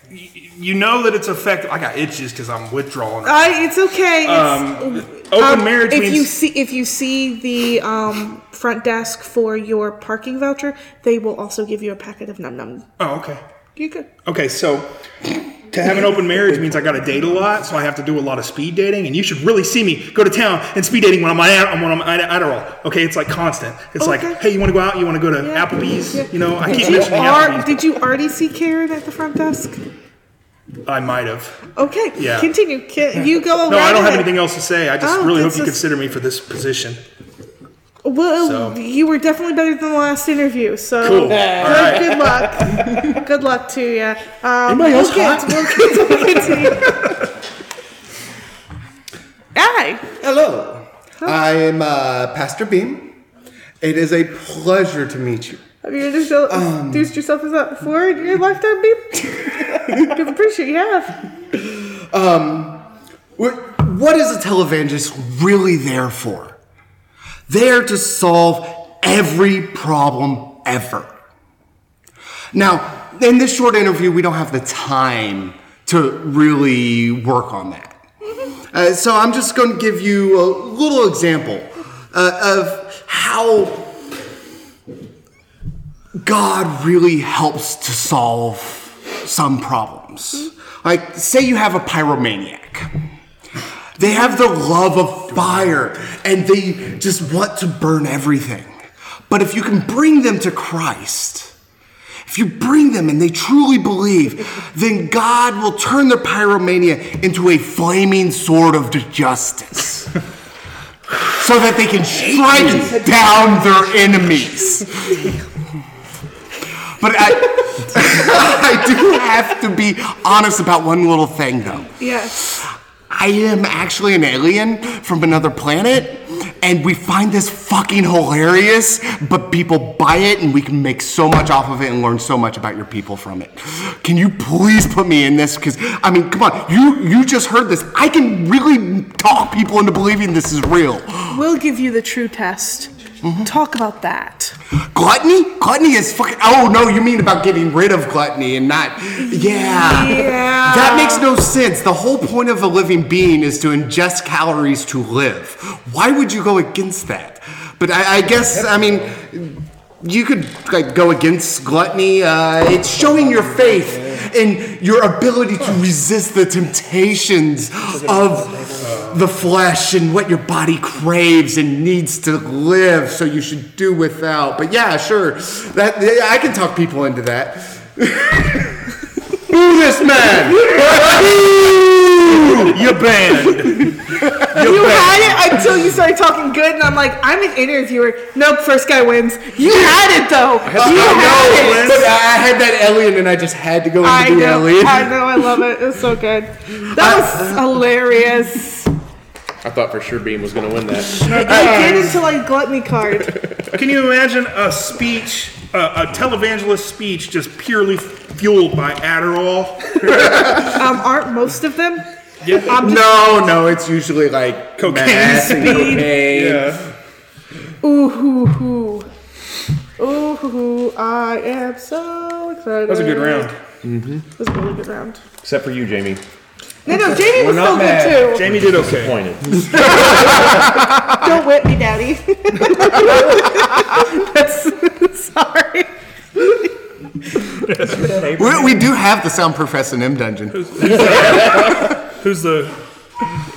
Y- You know that it's effective. I got itches because I'm withdrawing. I, it's okay. It's, Open Um, marriage if means you see if you see the um, front desk for your parking voucher, they will also give you a packet of num num. Oh, okay. You could. Okay, so to have an open marriage means I got to date a lot, so I have to do a lot of speed dating, and you should really see me go to town and speed dating when I'm on, Ad- when I'm on Adderall. Okay, it's like constant. It's Okay. like, hey, you want to go out? You want to go to Yeah. Applebee's? Yeah. You know, I keep Did you, mentioning ar- Applebee's. did you already see Karen at the front desk? I might have. Okay, Yeah. continue. Can, you go No, I around don't have it. anything else to say. I just Oh, really that's hope you just- consider me for this position. Well, So. you were definitely better than the last interview, so Cool. All good, right. good luck. good luck to you. Um, Anybody else we'll get- hot? We'll get, we'll continue. Hi. Hello. I'm uh, Pastor Beam, It is a pleasure to meet you. Have you introduced introduced yourself as that before in your lifetime, babe? Because I'm pretty sure you have. What, what is a televangelist really there for? There to solve every problem ever. Now, in this short interview, we don't have the time to really work on that. Uh, so I'm just going to give you a little example uh, of how God really helps to solve some problems. Like, say you have a pyromaniac. They have the love of fire and they just want to burn everything. But if you can bring them to Christ, if you bring them and they truly believe, then God will turn their pyromania into a flaming sword of justice. So that they can strike down their enemies. But I, I do have to be honest about one little thing, though. Yes. I am actually an alien from another planet, and we find this fucking hilarious, but people buy it, and we can make so much off of it and learn so much about your people from it. Can you please put me in this? Because, I mean, come on, you, you just heard this. I can really talk people into believing this is real. We'll give you the true test. Talk about that. Gluttony? Gluttony is fucking. Oh, no, you mean about getting rid of gluttony and not. Yeah. Yeah. That makes no sense. The whole point of a living being is to ingest calories to live. Why would you go against that? But I, I guess, I mean, you could like go against gluttony. Uh, it's showing your faith and your ability to resist the temptations of the flesh and what your body craves and needs to live. So you should do without. But yeah, sure, that I can talk people into that. Who this man? Uh, You're banned. You had it until you started talking good, and I'm like, I'm an interviewer. Nope, first guy wins. You had it though. You I know, had it. uh, but I had that alien and I just had to go into I the know. alien. I know. I love it. It's so good. That was hilarious. I thought for sure Beam was going to win that. I did until I gluttony card. Can you imagine a speech, uh, a televangelist speech, just purely fueled by Adderall? Um, aren't most of them? No, no, it's usually like Cocaine meth and speed. cocaine. Yeah. Ooh hoo hoo. Ooh hoo hoo. I am so excited. That That was a good round. That was a really good round. Except for you, Jamie. No, no, Jamie was not so mad. good too. Jamie did okay. Disappointed. Don't whip me, Daddy. That's sorry. We, we do have the sound Professor M dungeon. Who's the?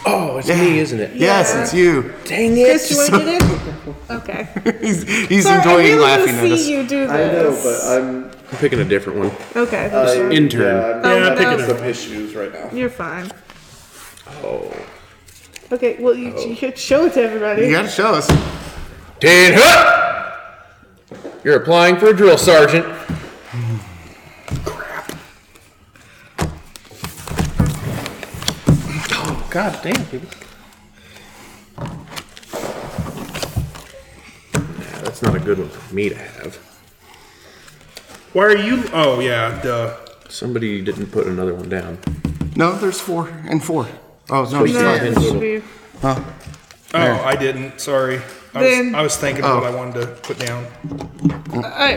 Oh, it's me, isn't it? Yes, it's you. Dang it. Chris, you want to get in? Okay. He's, he's Sorry, enjoying I really laughing want at to us. see you do I know, this. but I'm. I'm picking a different one. Okay. I, Intern. Yeah, I'm Oh, pick it no. some issues right now. You're fine. Oh. Okay, well, you, you could show it to everybody. You gotta show us. Dan Hook! You're applying for a drill sergeant. God damn, people. Yeah, that's not a good one for me to have. Why are you? Oh yeah, duh. Somebody didn't put another one down. No, there's four and four. Oh, no, it's No. five. It should be- Oh, I didn't. Sorry. I was, Then- I was thinking what I wanted to put down. I...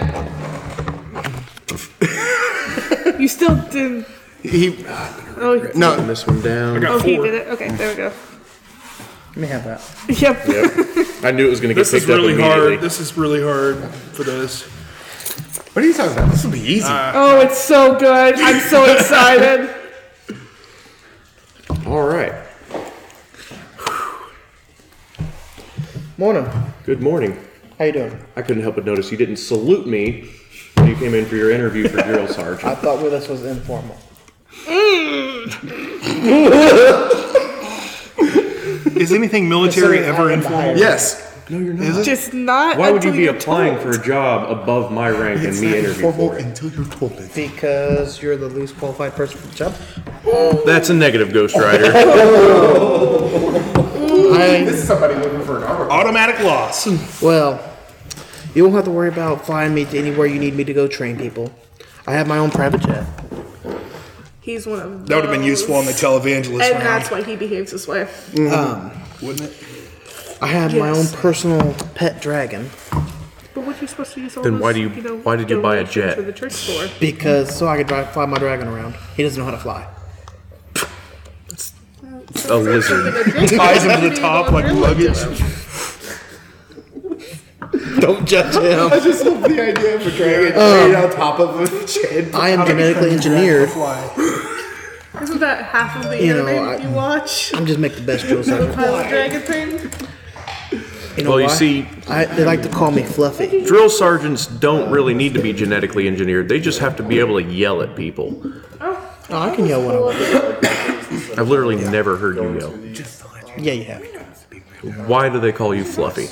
you still didn't. He, Oh, he- Putting no, this one down. got oh he four. did it. Okay, there we go. Let me have that. Yep. I knew it was going to get This is picked really up immediately. hard. This is really hard for this. what are you talking about? This will be easy. Oh, it's so good. I'm so excited. All right. Morning. Good morning. How you doing? I couldn't help but notice you didn't salute me when you came in for your interview for drill I sergeant. thought we- this was informal. Is anything military ever I'm informal? behind. yes. Just not. Why would you until be you're applying told. for a job above my rank and me interview for it? until you're told it. Because you're the least qualified person for the job. That's a negative, Ghost Rider. I This is somebody looking for an hour. Automatic loss. well, You won't have to worry about flying me to anywhere you need me to go train people. I have my own private jet. He's one of That would have been those. useful on the televangelist And round. that's why he behaves this way. wouldn't it? I have my own Yes. personal pet dragon But what are you supposed to use all Then those, why do you- know, why did you buy a donations jet? For the church for? because so I could drive, fly my dragon around. He doesn't know how to fly. A lizard. Ties him to the top like luggage. Don't judge him. I just love the idea of a dragon right on top of a chin. I am genetically engineered. Isn't that half of the You know, anime I- you watch? I'm just make the best jokes I The can. pile of dragon thing? You know Well, you why? see, I, they like to call me Fluffy. drill sergeants don't really need to be genetically engineered. They just have to be able to yell at people. Oh, I can yell when I want. I've literally never heard you yell. Yeah, you have. Why do they call you Fluffy?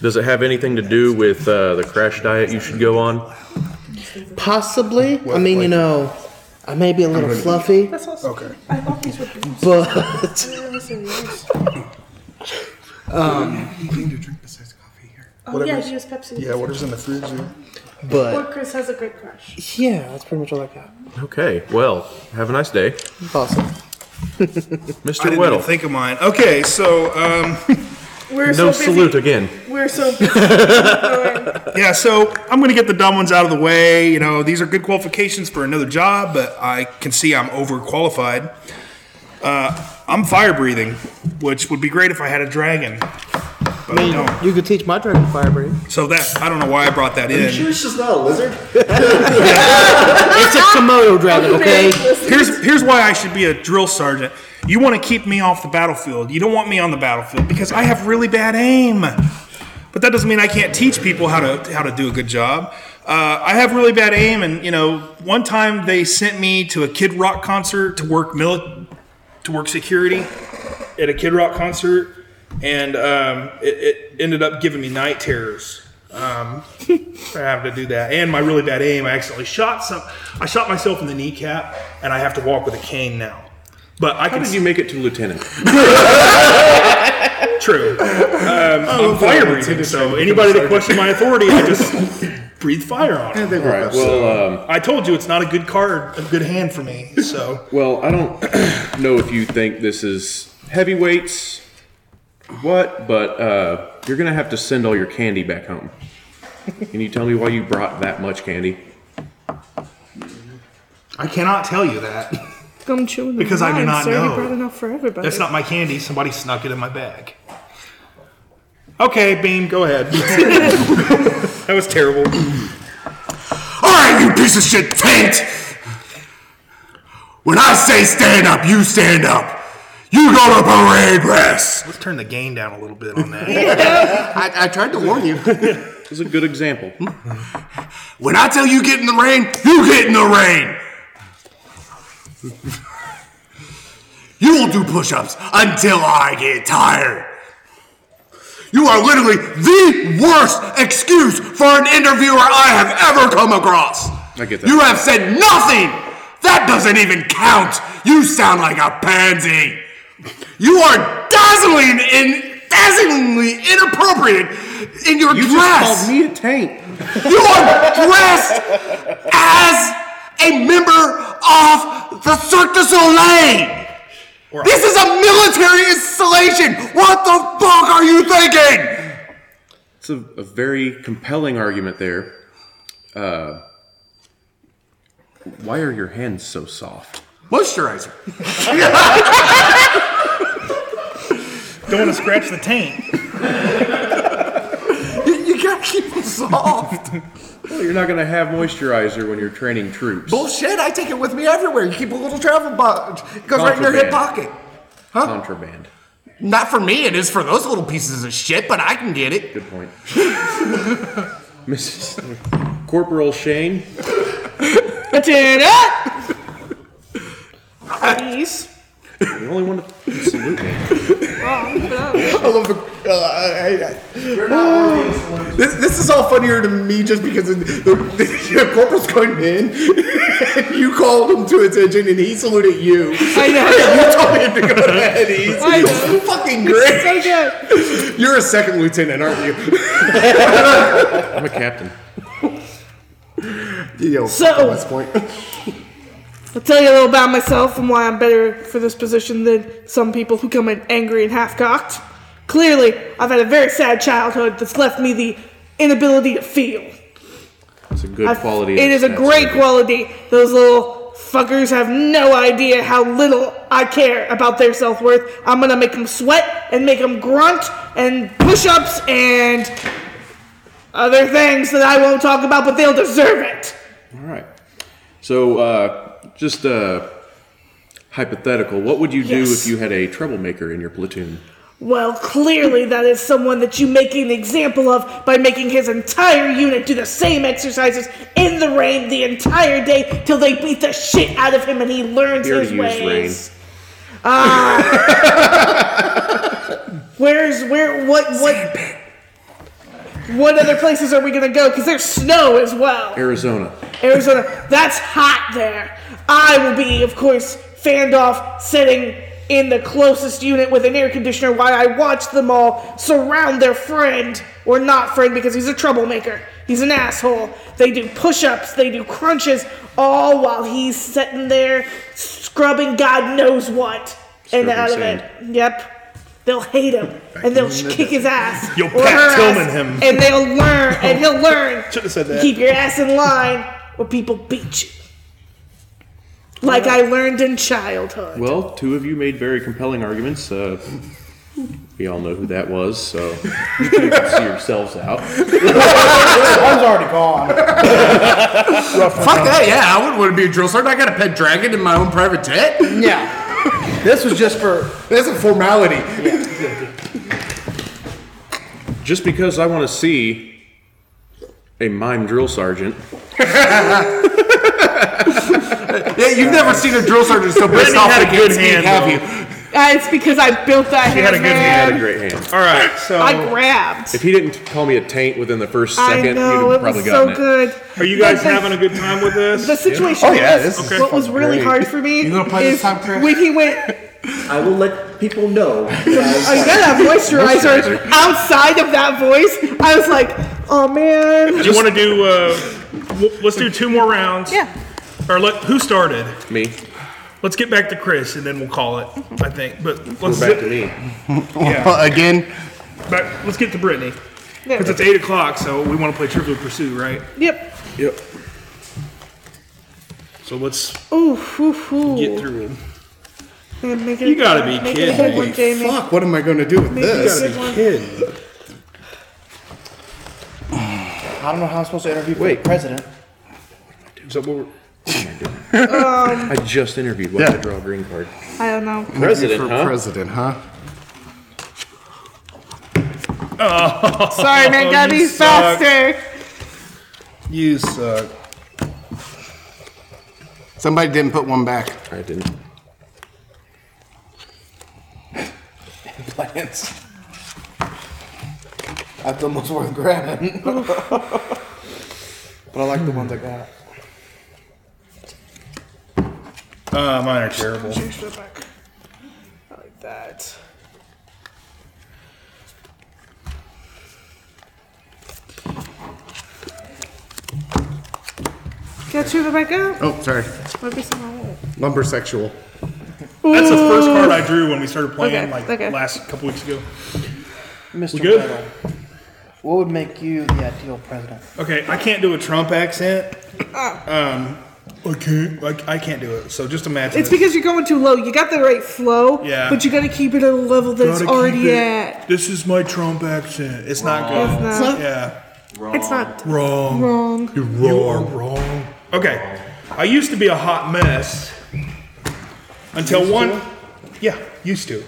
Does it have anything to do with uh, the crash diet you should go on? Possibly. I mean, you know, I may be a little fluffy, That's also okay. I thought these were but Anything to drink besides coffee here? Oh, yeah, she has Pepsi. Yeah, whatever's in the fridge. Yeah. Or but Chris has a great crush. yeah, that's pretty much all I got. Okay, well, have a nice day. Awesome. I Mr. didn't even Weddle. think of mine. Okay, so um, We're No so salute busy. again. We're so busy. Going, yeah, so I'm gonna get the dumb ones out of the way. You know, these are good qualifications for another job, but I can see I'm overqualified. Uh, I'm fire breathing, which would be great if I had a dragon, but I don't. You could teach my dragon fire breathing. So that I don't know why I brought that in. It's just not a lizard. It's a Komodo dragon, okay? Here's here's why I should be a drill sergeant. You want to keep me off the battlefield. You don't want me on the battlefield because I have really bad aim. But that doesn't mean I can't teach people how to how to do a good job. Uh, I have really bad aim, and you know, one time they sent me to a Kid Rock concert to work mili- to work security at a Kid Rock concert, and um, it, it ended up giving me night terrors. Um, I have to do that, and my really bad aim. I accidentally shot some. I shot myself in the kneecap, and I have to walk with a cane now. But I How can did you make it to lieutenant? True. Um, I'm fire breathing, so anybody that questioned my authority, I just breathe fire on 'em. All right. Well, um, I told you it's not a good card, a good hand for me. So well, I don't know if you think this is heavyweights, what, but uh, you're gonna have to send all your candy back home. Can you tell me why you brought that much candy? I cannot tell you that. Come chewing the Because I do vine, not sir. know. You brought enough for everybody. That's not my candy. Somebody snuck it in my bag. Okay, Beam, go ahead. that was terrible. All right, you piece of shit taint! When I say stand up, you stand up. You go to parade rest. Let's turn the gain down a little bit on that. I, I tried to warn you. This is a good example. When I tell you get in the rain, you get in the rain. you will do push-ups until I get tired. You are literally the worst excuse for an interviewer I have ever come across. I get that. You have said nothing. That doesn't even count. You sound like a pansy. You are dazzling and dazzlingly inappropriate in your You dress. just called me a tank. You are dressed as a member of the Cirque du Soleil. This is a military installation. What the fuck are you thinking? It's a, a very compelling argument there. Uh, why are your hands so soft? Moisturizer. Don't want to scratch the taint. You, you gotta keep it soft. Well, you're not gonna have moisturizer when you're training troops. Bullshit. I take it with me everywhere. You keep a little travel box. It goes right in your hip pocket. Contraband. Contraband. Not for me. It is for those little pieces of shit, but I can get it. Good point. Mrs. Corporal Shane, Please. you're the only one to salute me. Wrong. but- I love the. Uh, I, I, this, this is all funnier to me just because the, the, the corporal's going in. and you called him to attention and he saluted you. I know. you told him to go to bed. He's I know. fucking great. You're a second lieutenant, aren't you? I'm a captain. you know, So- West Point. I'll tell you a little about myself and why I'm better for this position than some people who come in angry and half cocked. Clearly, I've had a very sad childhood that's left me the inability to feel. It's a good I- quality. It is a great quality. Those little fuckers have no idea how little I care about their self worth. I'm gonna make them sweat and make them grunt and push ups and other things that I won't talk about, but they'll deserve it. All right. So, uh, just uh, hypothetical. What would you do Yes. if you had a troublemaker in your platoon? Well, clearly that is someone that you make an example of by making his entire unit do the same exercises in the rain the entire day till they beat the shit out of him and he learns Here to his use ways. rain. Ah. Where's where? What what? What other places are we gonna go? Because there's snow as well. Arizona. Arizona, that's hot there. I will be, of course, fanned off, sitting in the closest unit with an air conditioner while I watch them all surround their friend, or not friend because he's a troublemaker. He's an asshole. They do push ups, they do crunches, all while he's sitting there scrubbing God knows what. and Scrubbing out sand. of it. Yep. They'll hate him and they'll kick his ass. You'll or Pat her Tillman ass, him. And they'll learn, and he'll learn. Should have said that. Keep your ass in line, or people beat you. Like I learned in childhood. Well, two of you made very compelling arguments. Uh, we all know who that was, so you two can see yourselves out. One's already gone. Fuck that, yeah. I wouldn't want to be a drill sergeant. I got a pet dragon in my own private tent. Yeah. This was just for. That's a formality. Just because I want to see a mime drill sergeant, Yeah, you've never seen a drill sergeant so pissed off had a at good good hand, hand, have though. you? Uh, it's because I built that had a Oh. good had a hand. great hand. All right, so I grabbed. If he didn't call me a taint within the first I second, you'd know have it probably was so gotten it. good. are you guys But the- having a good time with this? The situation. Oh, yeah, was- this is Okay. what was fucking really great. hard for me. You gonna play this is time, Chris? When he went. I will let people know. I gotta have moisturizer. Outside of that voice, I was like, oh man. do you want to do? Uh, w- let's do two more rounds. Yeah. Or let who started? Me, Let's get back to Chris, and then we'll call it. I think, but let's back to me. Yeah. Uh, Again, back, let's get to Brittany Yeah. because it's eight o'clock, so we want to play Trivial Pursuit, right? Yep. Yep. So let's Ooh, hoo, hoo. get through it. Man, make it- You gotta be make it a kidding good one, Jamie. fuck, what am I going to do with Make it a this? good one. I don't know how I'm supposed to interview for Wait. the president. So what? We're, I just interviewed one Yeah. to draw a green card. I don't know. President, huh? president, huh? Sorry, man, gotta you be suck. faster. You uh, suck. Somebody didn't put one back. I didn't. Plants. That's almost worth grabbing. but I like the ones I got. Uh, mine are terrible. Push it back. I like that. Get you the back out. Oh, sorry. Might be something I want. Lumber sexual. That's the first card I drew when we started playing Okay, like okay. last couple weeks ago. Mr. good? Riddle, what would make you the ideal president? Okay, I can't do a Trump accent. Um, I can't. Like I can't do it. So just imagine. Ah. It's because you're going too low. You got the right flow, Yeah. but you gotta keep it at a level that it's Gotta keep already it- at. This is my Trump accent. It's not good. It's not. Yeah. It's not Wrong. wrong. You're wrong. You are wrong. Okay. I used to be a hot mess until one. Yeah, used to.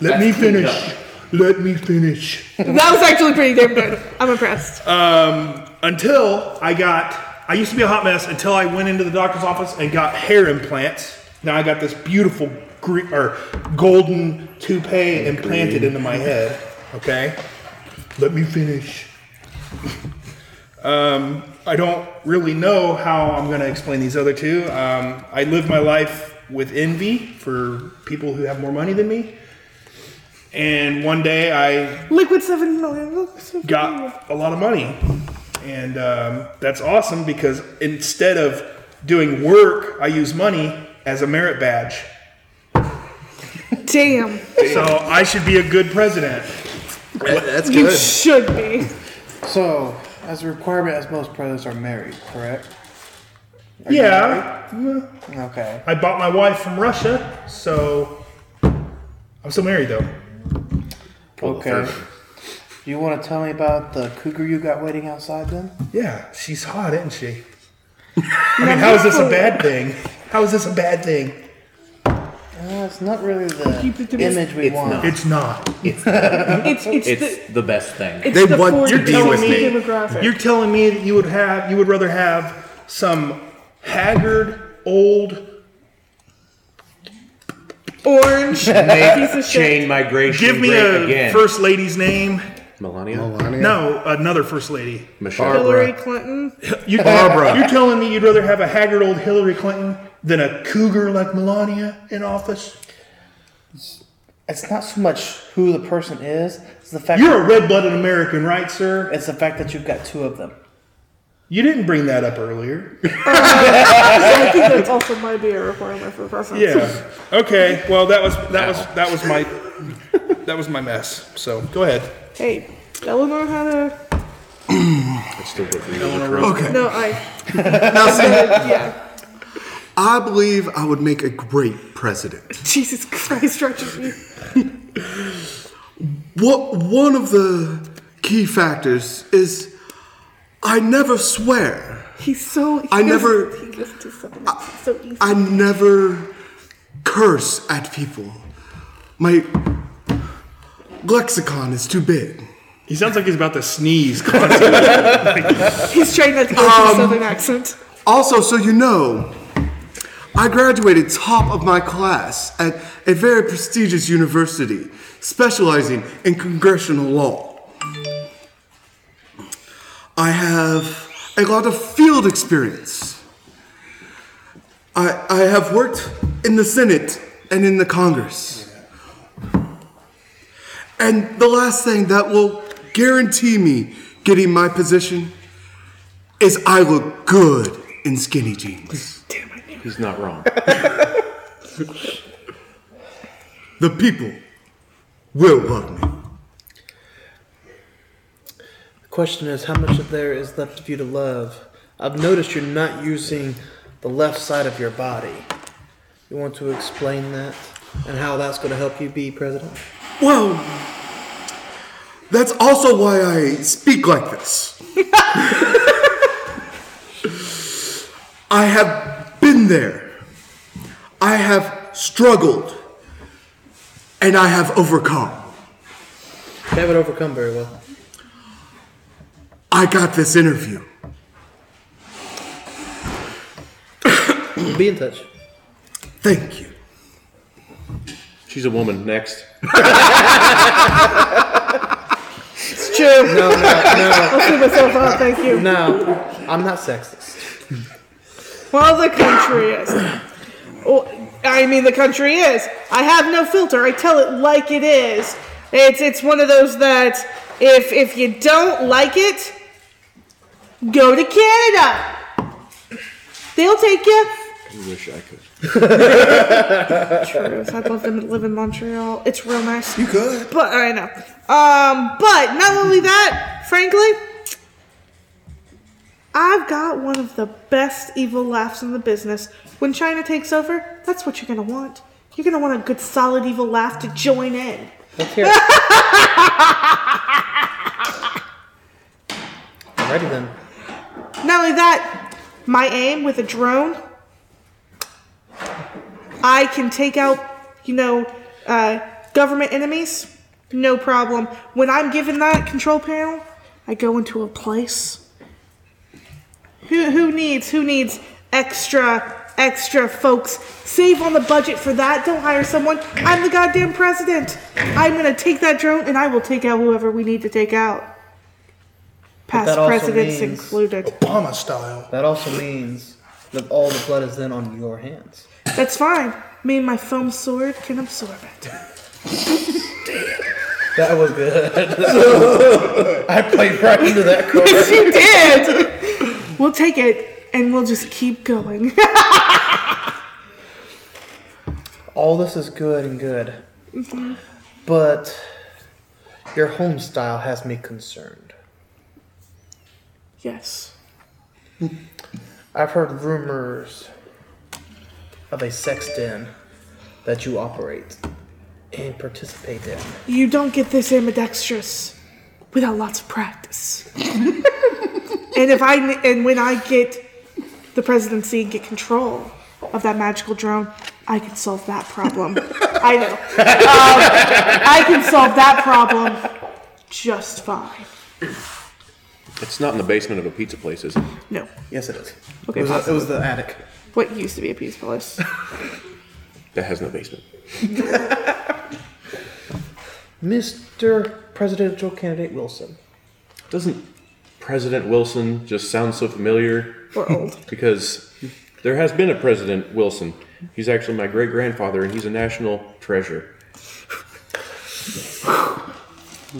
Let me finish. Let me finish. That was actually pretty damn good. I'm impressed. Uh, until I got I used to be a hot mess until I went into the doctor's office and got hair implants. Now I got this beautiful gre- or golden toupee implanted into my head. Okay, let me finish. Um, I don't really know how I'm going to explain these other two. Um, I live my life with envy for people who have more money than me. And one day I Liquid seven million. Liquid seven million. got a lot of money. And um, that's awesome because instead of doing work, I use money as a merit badge. Damn, So I should be a good president. That's you good. should be. So, as a requirement, as most brothers are married, correct? Yeah. Okay. I bought my wife from Russia, so I'm still married though. Okay. Do you want to tell me about the cougar you got waiting outside then? Yeah, she's hot, isn't she? I mean, how is this a bad thing? How is this a bad thing? Uh, it's not really the image we it's want. not. It's not. It's it's, the It's the best thing. it's They the want to 40 be with me. demographic. You're telling me that you would have, you would rather have some haggard old Orange piece of shit. Chain migration. Give me rate a again. first lady's name. Melania? No, another first lady. Michelle. Hillary Clinton. You, Barbara. You're telling me you'd rather have a haggard old Hillary Clinton than a cougar like Melania in office? It's not so much who the person is; it's the fact. You're a red-blooded American, right, sir? it's the fact that you've got two of them. You didn't bring that up earlier. I think that's also might be a requirement for president. Yeah. okay. Well, that was that was that was my that was my mess. So go ahead. Hey, Eleanor had a Okay. no. I Now, see, yeah. I believe I would make a great president. Jesus Christ, Roger. you- What one of the key factors is I never swear. He's so. He I goes- never- He goes to so much. It's so easy. I never curse at people. My lexicon is too big. He sounds like he's about to sneeze. He's trying not to go Um, to a southern accent. Also, so you know, I graduated top of my class at a very prestigious university specializing in congressional law. I have a lot of field experience. I, I have worked in the Senate and in the Congress. And the last thing that will guarantee me getting my position is I look good in skinny jeans. He's not wrong. The people will love me. The question is, how much of there is left of you to love? I've noticed you're not using the left side of your body. You want to explain that and how that's going to help you be president? Well, that's also why I speak like this. I have been there. I have struggled. And I have overcome. You haven't overcome very well. I got this interview. Be in touch. Thank you. She's a woman. Next. No, no, I'll clean myself up. Thank you. no, no. I'm not sexist. Well, the country is. Well, I mean, the country is. I have no filter. I tell it like it is. It's it's one of those that if if you don't like it, go to Canada. They'll take you. I wish I could. True. I'd love to live in Montreal. It's real nice. You good? But I know. Um, but not only that, frankly, I've got one of the best evil laughs in the business. When China takes over, that's what you're gonna want. You're gonna want a good solid evil laugh to join in. Let's hear it. Alrighty then. Not only that, my aim with a drone, I can take out, you know, uh, government enemies, no problem. When I'm given that control panel, I go into a place. Who, who needs who needs extra extra, folks. Save on the budget for that. Don't hire someone. I'm the goddamn president. I'm gonna take that drone and I will take out whoever we need to take out. Past that also presidents means- included. Obama style. That also means that all the blood is then on your hands. That's fine. Me and my foam sword can absorb it. That was good. I played right into that card. she did. We'll take it and we'll just keep going. All this is good and good. But your home style has me concerned. yes. I've heard rumors of a sex den that you operate and participate in. You don't get this ambidextrous without lots of practice. and if I and when I get the presidency and get control of that magical drone, I can solve that problem. I know. Um, I can solve that problem just fine. It's not in the basement of a pizza place, is it? No. Yes, it is. Okay, it, was possible. it was the attic. What used to be a peace palace. That has no basement. Mr. Presidential Candidate Wilson. Doesn't President Wilson just sound so familiar? We're old. Because there has been a President Wilson. He's actually my great grandfather, and he's a national treasure.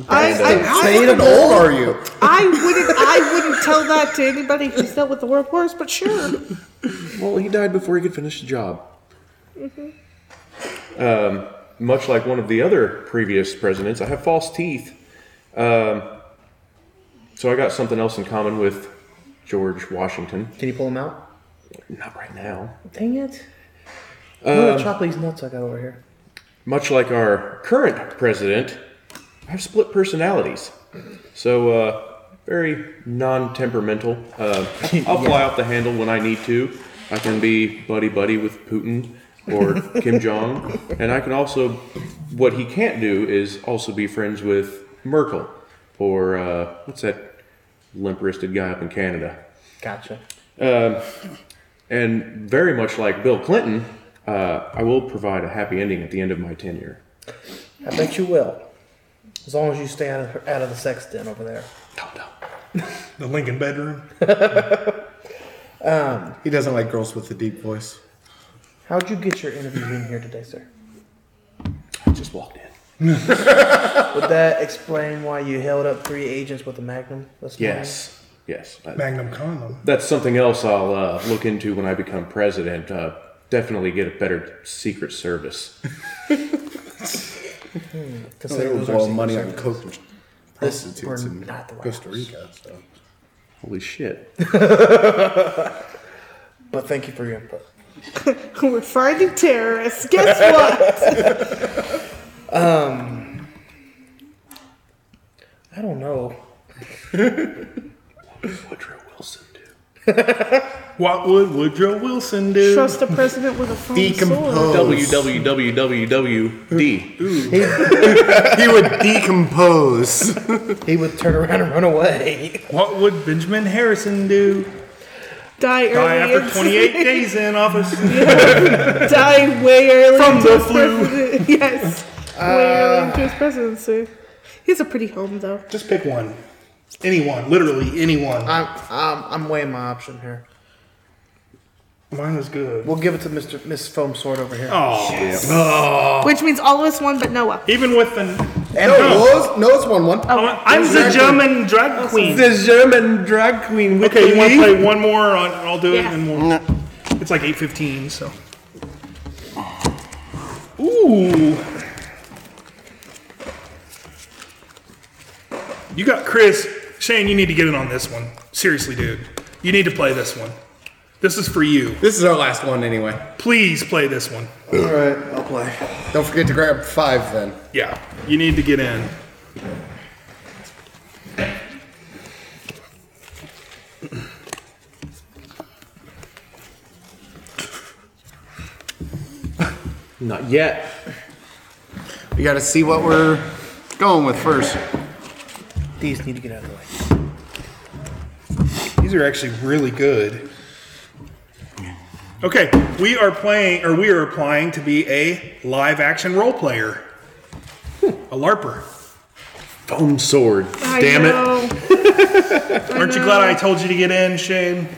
I, I, How old are you? I wouldn't. I wouldn't tell that to anybody who's dealt with the war of wars, but sure. Well, he died before he could finish the job. Um, much like one of the other previous presidents, I have false teeth. Um, so I got something else in common with George Washington. Can you pull him out? Not right now. Dang it. I'm gonna chop these nuts I got over here. Much like our current president, I have split personalities. So, uh, very non temperamental. Uh, I'll fly off the handle when I need to. I can be buddy buddy with Putin or Kim Jong. And I can also, what he can't do is also be friends with Merkel or uh, what's that limp wristed guy up in Canada? Gotcha. And very much like Bill Clinton, uh, I will provide a happy ending at the end of my tenure. I bet you will. As long as you stay out of, out of the sex den over there. The Lincoln bedroom. He doesn't like girls with a deep voice. How'd you get your interview in here today, sir? I just walked in. Would that explain why you held up three agents with a magnum this morning? Yes, yes. Uh, Magnum condom. That's something else I'll uh, look into when I become president. Uh, definitely get a better Secret Service. They Consider were those our blowing secret money on service. coke and This- we're prostitutes in not the White Costa House. Rica. So. Holy shit! But thank you for your input. We're finding terrorists. Guess what? I don't know. Woodrow Wilson, dude. What would Woodrow Wilson do? Trust a president with a phone sword. WWWWD. He would decompose. He would turn around and run away. What would Benjamin Harrison do? Die early. Die after and- 28 days in office. die way early From into the his flu. presiden- Yes. way early into his presidency. He's a pretty home though. Just pick one. Anyone, literally anyone. I'm, I'm, I'm weighing my option here. Mine was good. We'll give it to Mr. Miss Foam Sword over here. Oh, Which means all of us won, but Noah. even with the No, Lowe's, Noah's won one. Oh. I'm the German drag queen. German drag queen. With Okay, you want to play one more? On, I'll do Yeah. it and we'll. It's like 8.15, so. Ooh. You got Chris. Shane, you need to get in on this one. Seriously, dude. You need to play this one. This is for you. This is our last one anyway. Please play this one. All right, I'll play. Don't forget to grab five then. Yeah, you need to get in. Not yet. You got to see what we're going with first. These need to get out of the way. These are actually really good. Okay, we are playing, or we are applying to be a live action role player, Hmm. a LARPer. Foam sword. I Damn it. know. Aren't you glad I told you to get in, Shane?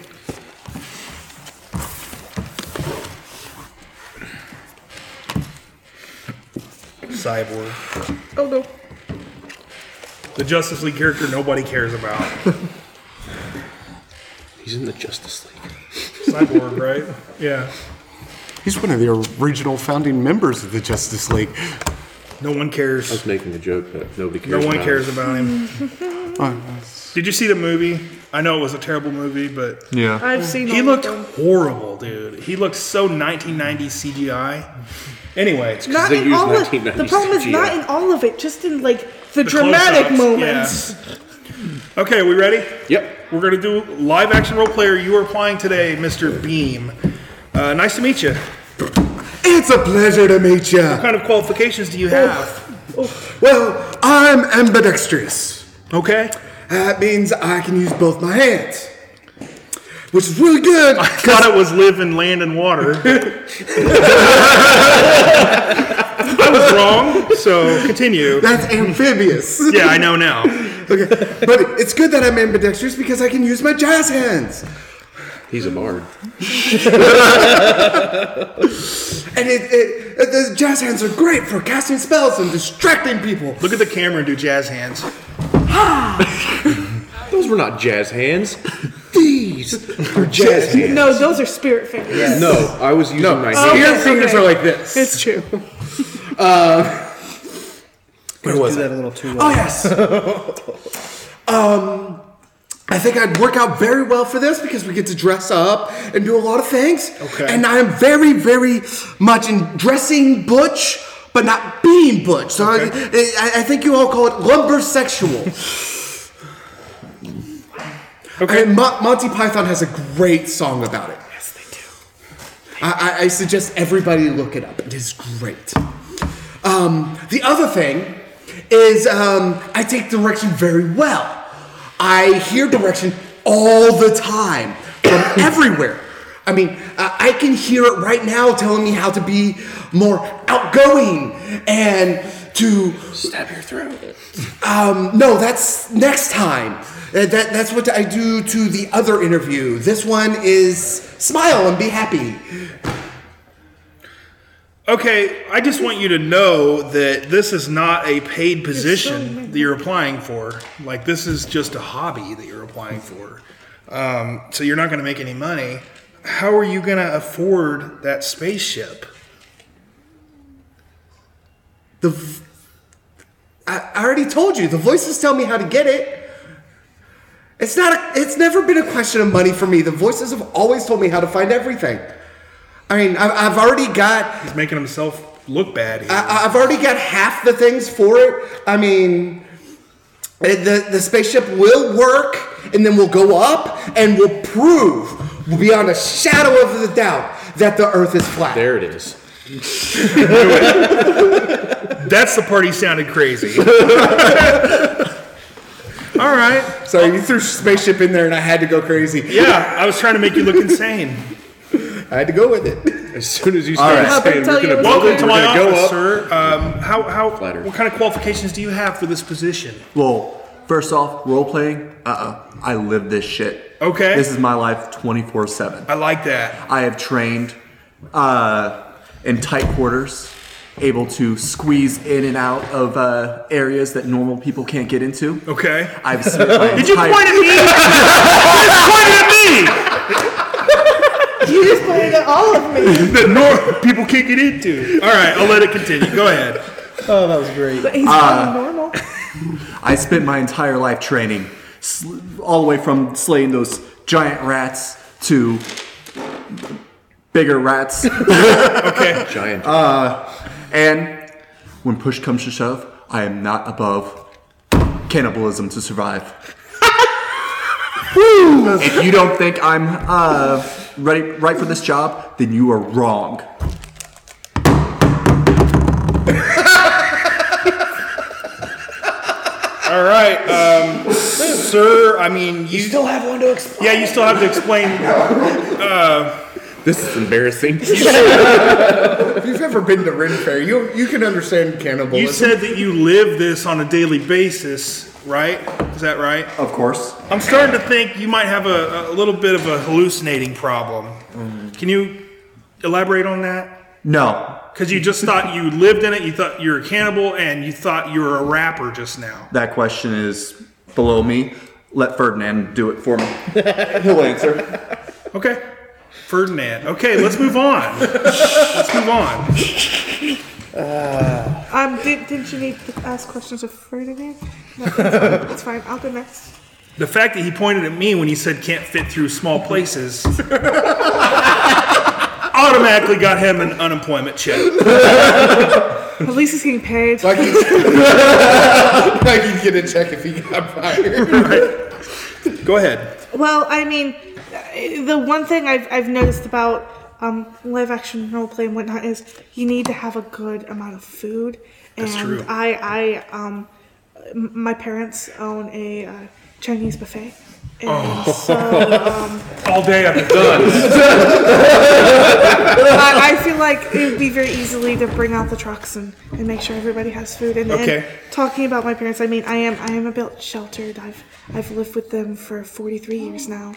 Cyborg. Oh no. The Justice League character nobody cares about. He's in the Justice League. Cyborg, right? Yeah. He's one of the original founding members of the Justice League. No one I cares. was making a joke that nobody cares. No one about. cares about him. Did you see the movie? I know it was a terrible movie, but Yeah. I've seen. he all looked Of them. horrible, dude. He looked so 1990s CGI. Anyway, Not they in use all of the 1990s problem is not CGI. in all of it, just in like the, the dramatic close-ups, moments. yeah. Okay, we ready? Yep. We're gonna do live action role player. You are playing today, Mr. Beam. Uh, nice to meet you. It's a pleasure to meet you. What kind of qualifications do you have? Well, I'm ambidextrous. Okay. That means I can use both my hands, which is really good. I thought it was live in land and water. I was wrong. So continue. That's amphibious. Yeah, I know now. Okay, but it's good that I'm ambidextrous because I can use my jazz hands, He's a bard. and it, it, the jazz hands are great for casting spells and distracting people. Look at the camera and do jazz hands. Those were not jazz hands. These are jazz hands. No, those are spirit fingers. No, I was using my Uh. hands. Oh, okay, Your fingers okay. are like this. It's true. Where was do it? that a little too Oh well. yes. um, I think I'd work out very well for this because we get to dress up and do a lot of things. Okay. And I'm very, very much in dressing butch, but not being butch. So I- I, I, think you all call it lumbersexual. okay. And Mo- Monty Python has a great song about it. Yes, they do. I, I, I suggest everybody look it up. It is great. Um, the other thing is um, I take direction very well. I hear direction all the time from everywhere. I mean, uh, I can hear it right now telling me how to be more outgoing and to stab your throat. Um, no, that's next time. Uh, that, that's what I do to the other interview. This one is smile and be happy. Okay, I just want you to know that this is not a paid position that you're applying for. Like, this is just a hobby that you're applying for. Um, so you're not going to make any money. How are you going to afford that spaceship? The v- I, I already told you the voices tell me how to get it. It's not. A, it's never been a question of money for me. The voices have always told me how to find everything. I mean, I, I've already got. He's making himself look bad here. I, I've already got half the things for it. I mean, eh, the the spaceship will work, and then we'll go up, and we'll prove beyond a shadow of the doubt that the Earth is flat. There it is. That's the part he sounded crazy. All right. Sorry, you threw spaceship in there, and I had to go crazy. Yeah, I was trying to make you look insane. I had to go with it. As soon as you started How'd they saying tell we're you going it to was build okay? Welcome to it, we're my going to go office, up. sir. Um, how, how, Flattered. what kind of qualifications do you have for this position? Well, first off, role playing. Uh uh I live this shit. Okay. This is my life 24 7. I like that. I have trained uh, in tight quarters, able to squeeze in and out of uh, areas that normal people can't get into. Okay. I've spent my Did you entire- point at me? you just pointed at You just pointed at all of me. me. That nor- people can't get into. All right, I'll let it continue. Go ahead. Oh, that was great. But he's not normal. I spent my entire life training, sl- all the way from slaying those giant rats to bigger rats. Uh, Okay. Giant. and when push comes to shove, I am not above cannibalism to survive. Woo! If you don't think I'm uh, ready, right for this job, then you are wrong. All right, um, sir. I mean, you, still have one to explain. Yeah, you still have to explain. Uh, This is embarrassing. If you've ever been to Ren Fair, you you can understand cannibalism. You said that you live this on a daily basis, right? Is that right? Of course. I'm starting to think you might have a, a little bit of a hallucinating problem. Can you elaborate on that? No, Because you just thought you lived in it, you thought you were a cannibal, and you thought you were a rapper just now. that question is below me. Let Ferdinand do it for me. He'll answer. Okay. Ferdinand. Okay, let's move on. let's move on. Um, did, didn't you need to ask questions of Ferdinand? No, that's fine. I'll go next. The fact that he pointed at me when he said can't fit through small places automatically got him an unemployment check. At least he's getting paid. like he'd, like he'd get a check if he got fired. Go ahead. Well, I mean, uh, the one thing I've, I've noticed about um, live action roleplay and whatnot is you need to have a good amount of food. That's and true. I, I, um, m- my parents own a uh, Chinese buffet. And so um, Oh. All day I've been done. I, I feel like it would be very easily to bring out the trucks and, and make sure everybody has food. And, and Okay. talking about my parents, I mean, I am I am a bit sheltered. I've I've lived with them for 43 years now.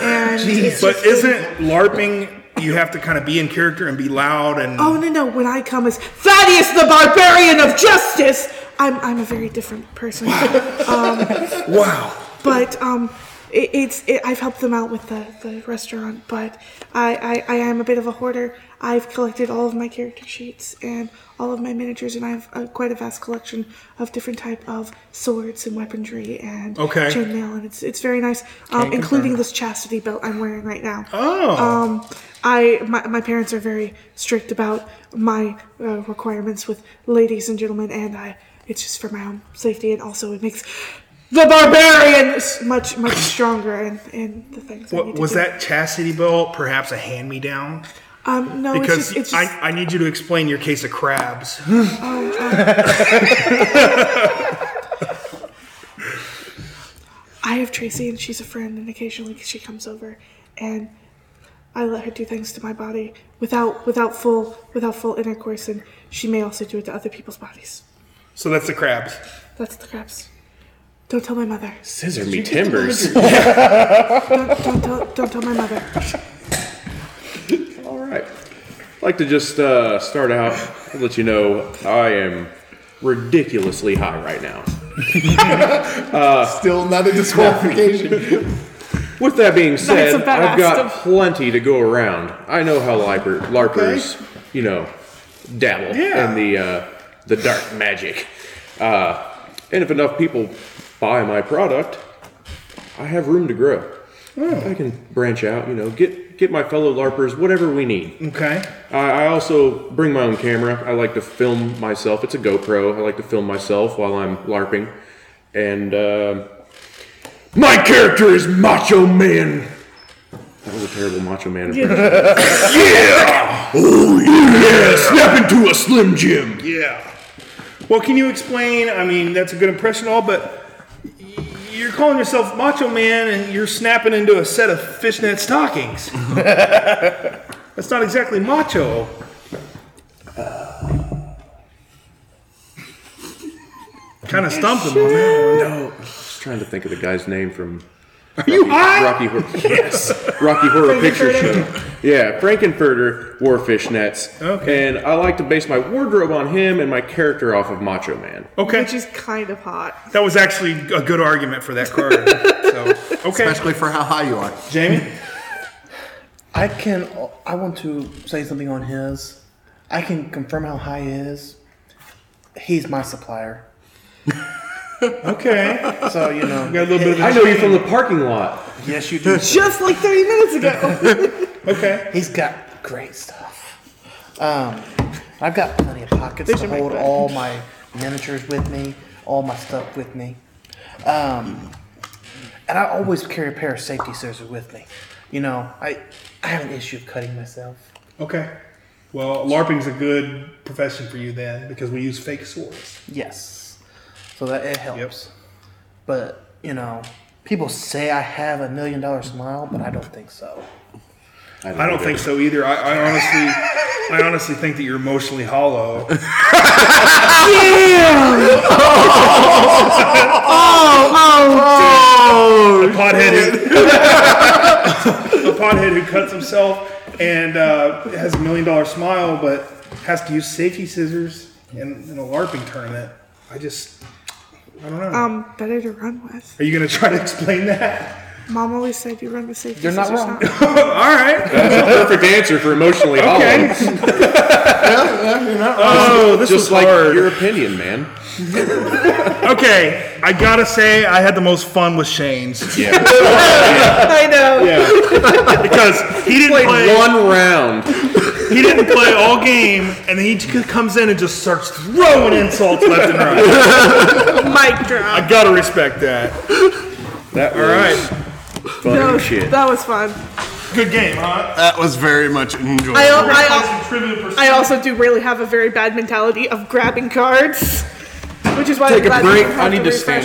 And it's But just- isn't LARPing you have to kind of be in character and be loud and Oh no no! When I come as Thaddeus the Barbarian of Justice, I'm I'm a very different person. um, wow. but um, it, it's it, I've helped them out with the, the restaurant, but I, I I am a bit of a hoarder. I've collected all of my character sheets and all of my miniatures, and I have uh quite a vast collection of different type of swords and weaponry and Okay. chainmail, and it's it's very nice, um, including this chastity belt I'm wearing right now. Oh. Um, I my, my parents are very strict about my uh, requirements with ladies and gentlemen, and I it's just for my own safety, and also it makes the barbarian s- much much stronger and and the things. I need What, to was do. that chastity belt perhaps a hand me down? Um, no, Because it's just, it's just I, I need you to explain your case of crabs. I have Tracy, and she's a friend, and occasionally she comes over, and I let her do things to my body without without full without full intercourse, and she may also do it to other people's bodies. So that's the crabs. That's the crabs. Don't tell my mother. Scissor me timbers. Don't, don't, tell, don't tell my mother. All right. I'd like to just uh, start out to let you know I am ridiculously high right now. Still not a disqualification. With that being That's said, a badass I've got stuff. plenty to go around. I know how larper, larpers, you know, dabble Yeah. in the uh, the dark magic. Uh, and if enough people buy my product, I have room to grow. I can branch out, you know, get get my fellow larpers whatever we need. Okay. I, I also bring my own camera. I like to film myself. It's a GoPro. I like to film myself while I'm LARPing. And um my character is Macho Man. That was a terrible Macho Man impression. yeah! Oh, yeah! Snap into a Slim Jim! Yeah. Well, can you explain? I mean, that's a good impression, and all, but y- you're calling yourself uh, Macho Man and you're snapping into a set of fishnet stockings. that's not exactly macho. Kind of stumped him on that. No, just trying to think of the guy's name from. Are you Rocky, Horror, yes, Rocky Horror Picture Show. Yeah, Frankenfurter wore fishnets, Okay. and I like to base my wardrobe on him and my character off of Macho Man. Okay, Which is kind of hot. that was actually a good argument for that card. So, okay, especially for how high you are. Jamie. I can. I want to say something on his. I can confirm how high he is. He's my supplier, Okay, so you know. got a little bit of. I know you from the parking lot. yes, you do. Just like 30 minutes ago. Okay, He's got great stuff. Um, I've got plenty of pockets They to should make hold that. all my miniatures with me, all my stuff with me. Um, and I always carry a pair of safety scissors with me. You know, I I have an issue of cutting myself. okay. Well, LARPing's a good profession for you then, because we use fake swords. Yes. So that it helps. But, you know, people say I have a million dollar smile, but I don't think so. I don't, think so either. I, I honestly, I honestly think that you're emotionally hollow. oh, oh, a pothead, who, a pothead who cuts himself and uh, has a million dollar smile, but has to use safety scissors in, in a LARPing tournament. I just, I don't know. Um, better to run with. Are you gonna try to explain that? Mom always said you run with safety. You're not scissors, wrong. not- All right. That's a perfect answer for emotionally hollow. Okay. Oh, this Just was like hard. your opinion, man. Okay, I gotta say I had the most fun with Shane's. Yeah. I know. Yeah. because he didn't play One round. he didn't play all game, and then he just comes in and just starts throwing insults left and right. Mic drop. I gotta respect that. That All right, funny No, shit. that was fun. good game, huh? That was very much enjoyable. I, al- We're gonna play I, some Trivial Pursuit. al- I also do really have a very bad mentality of grabbing cards, which is why Take I'm a glad break. we have I to need to refresh stand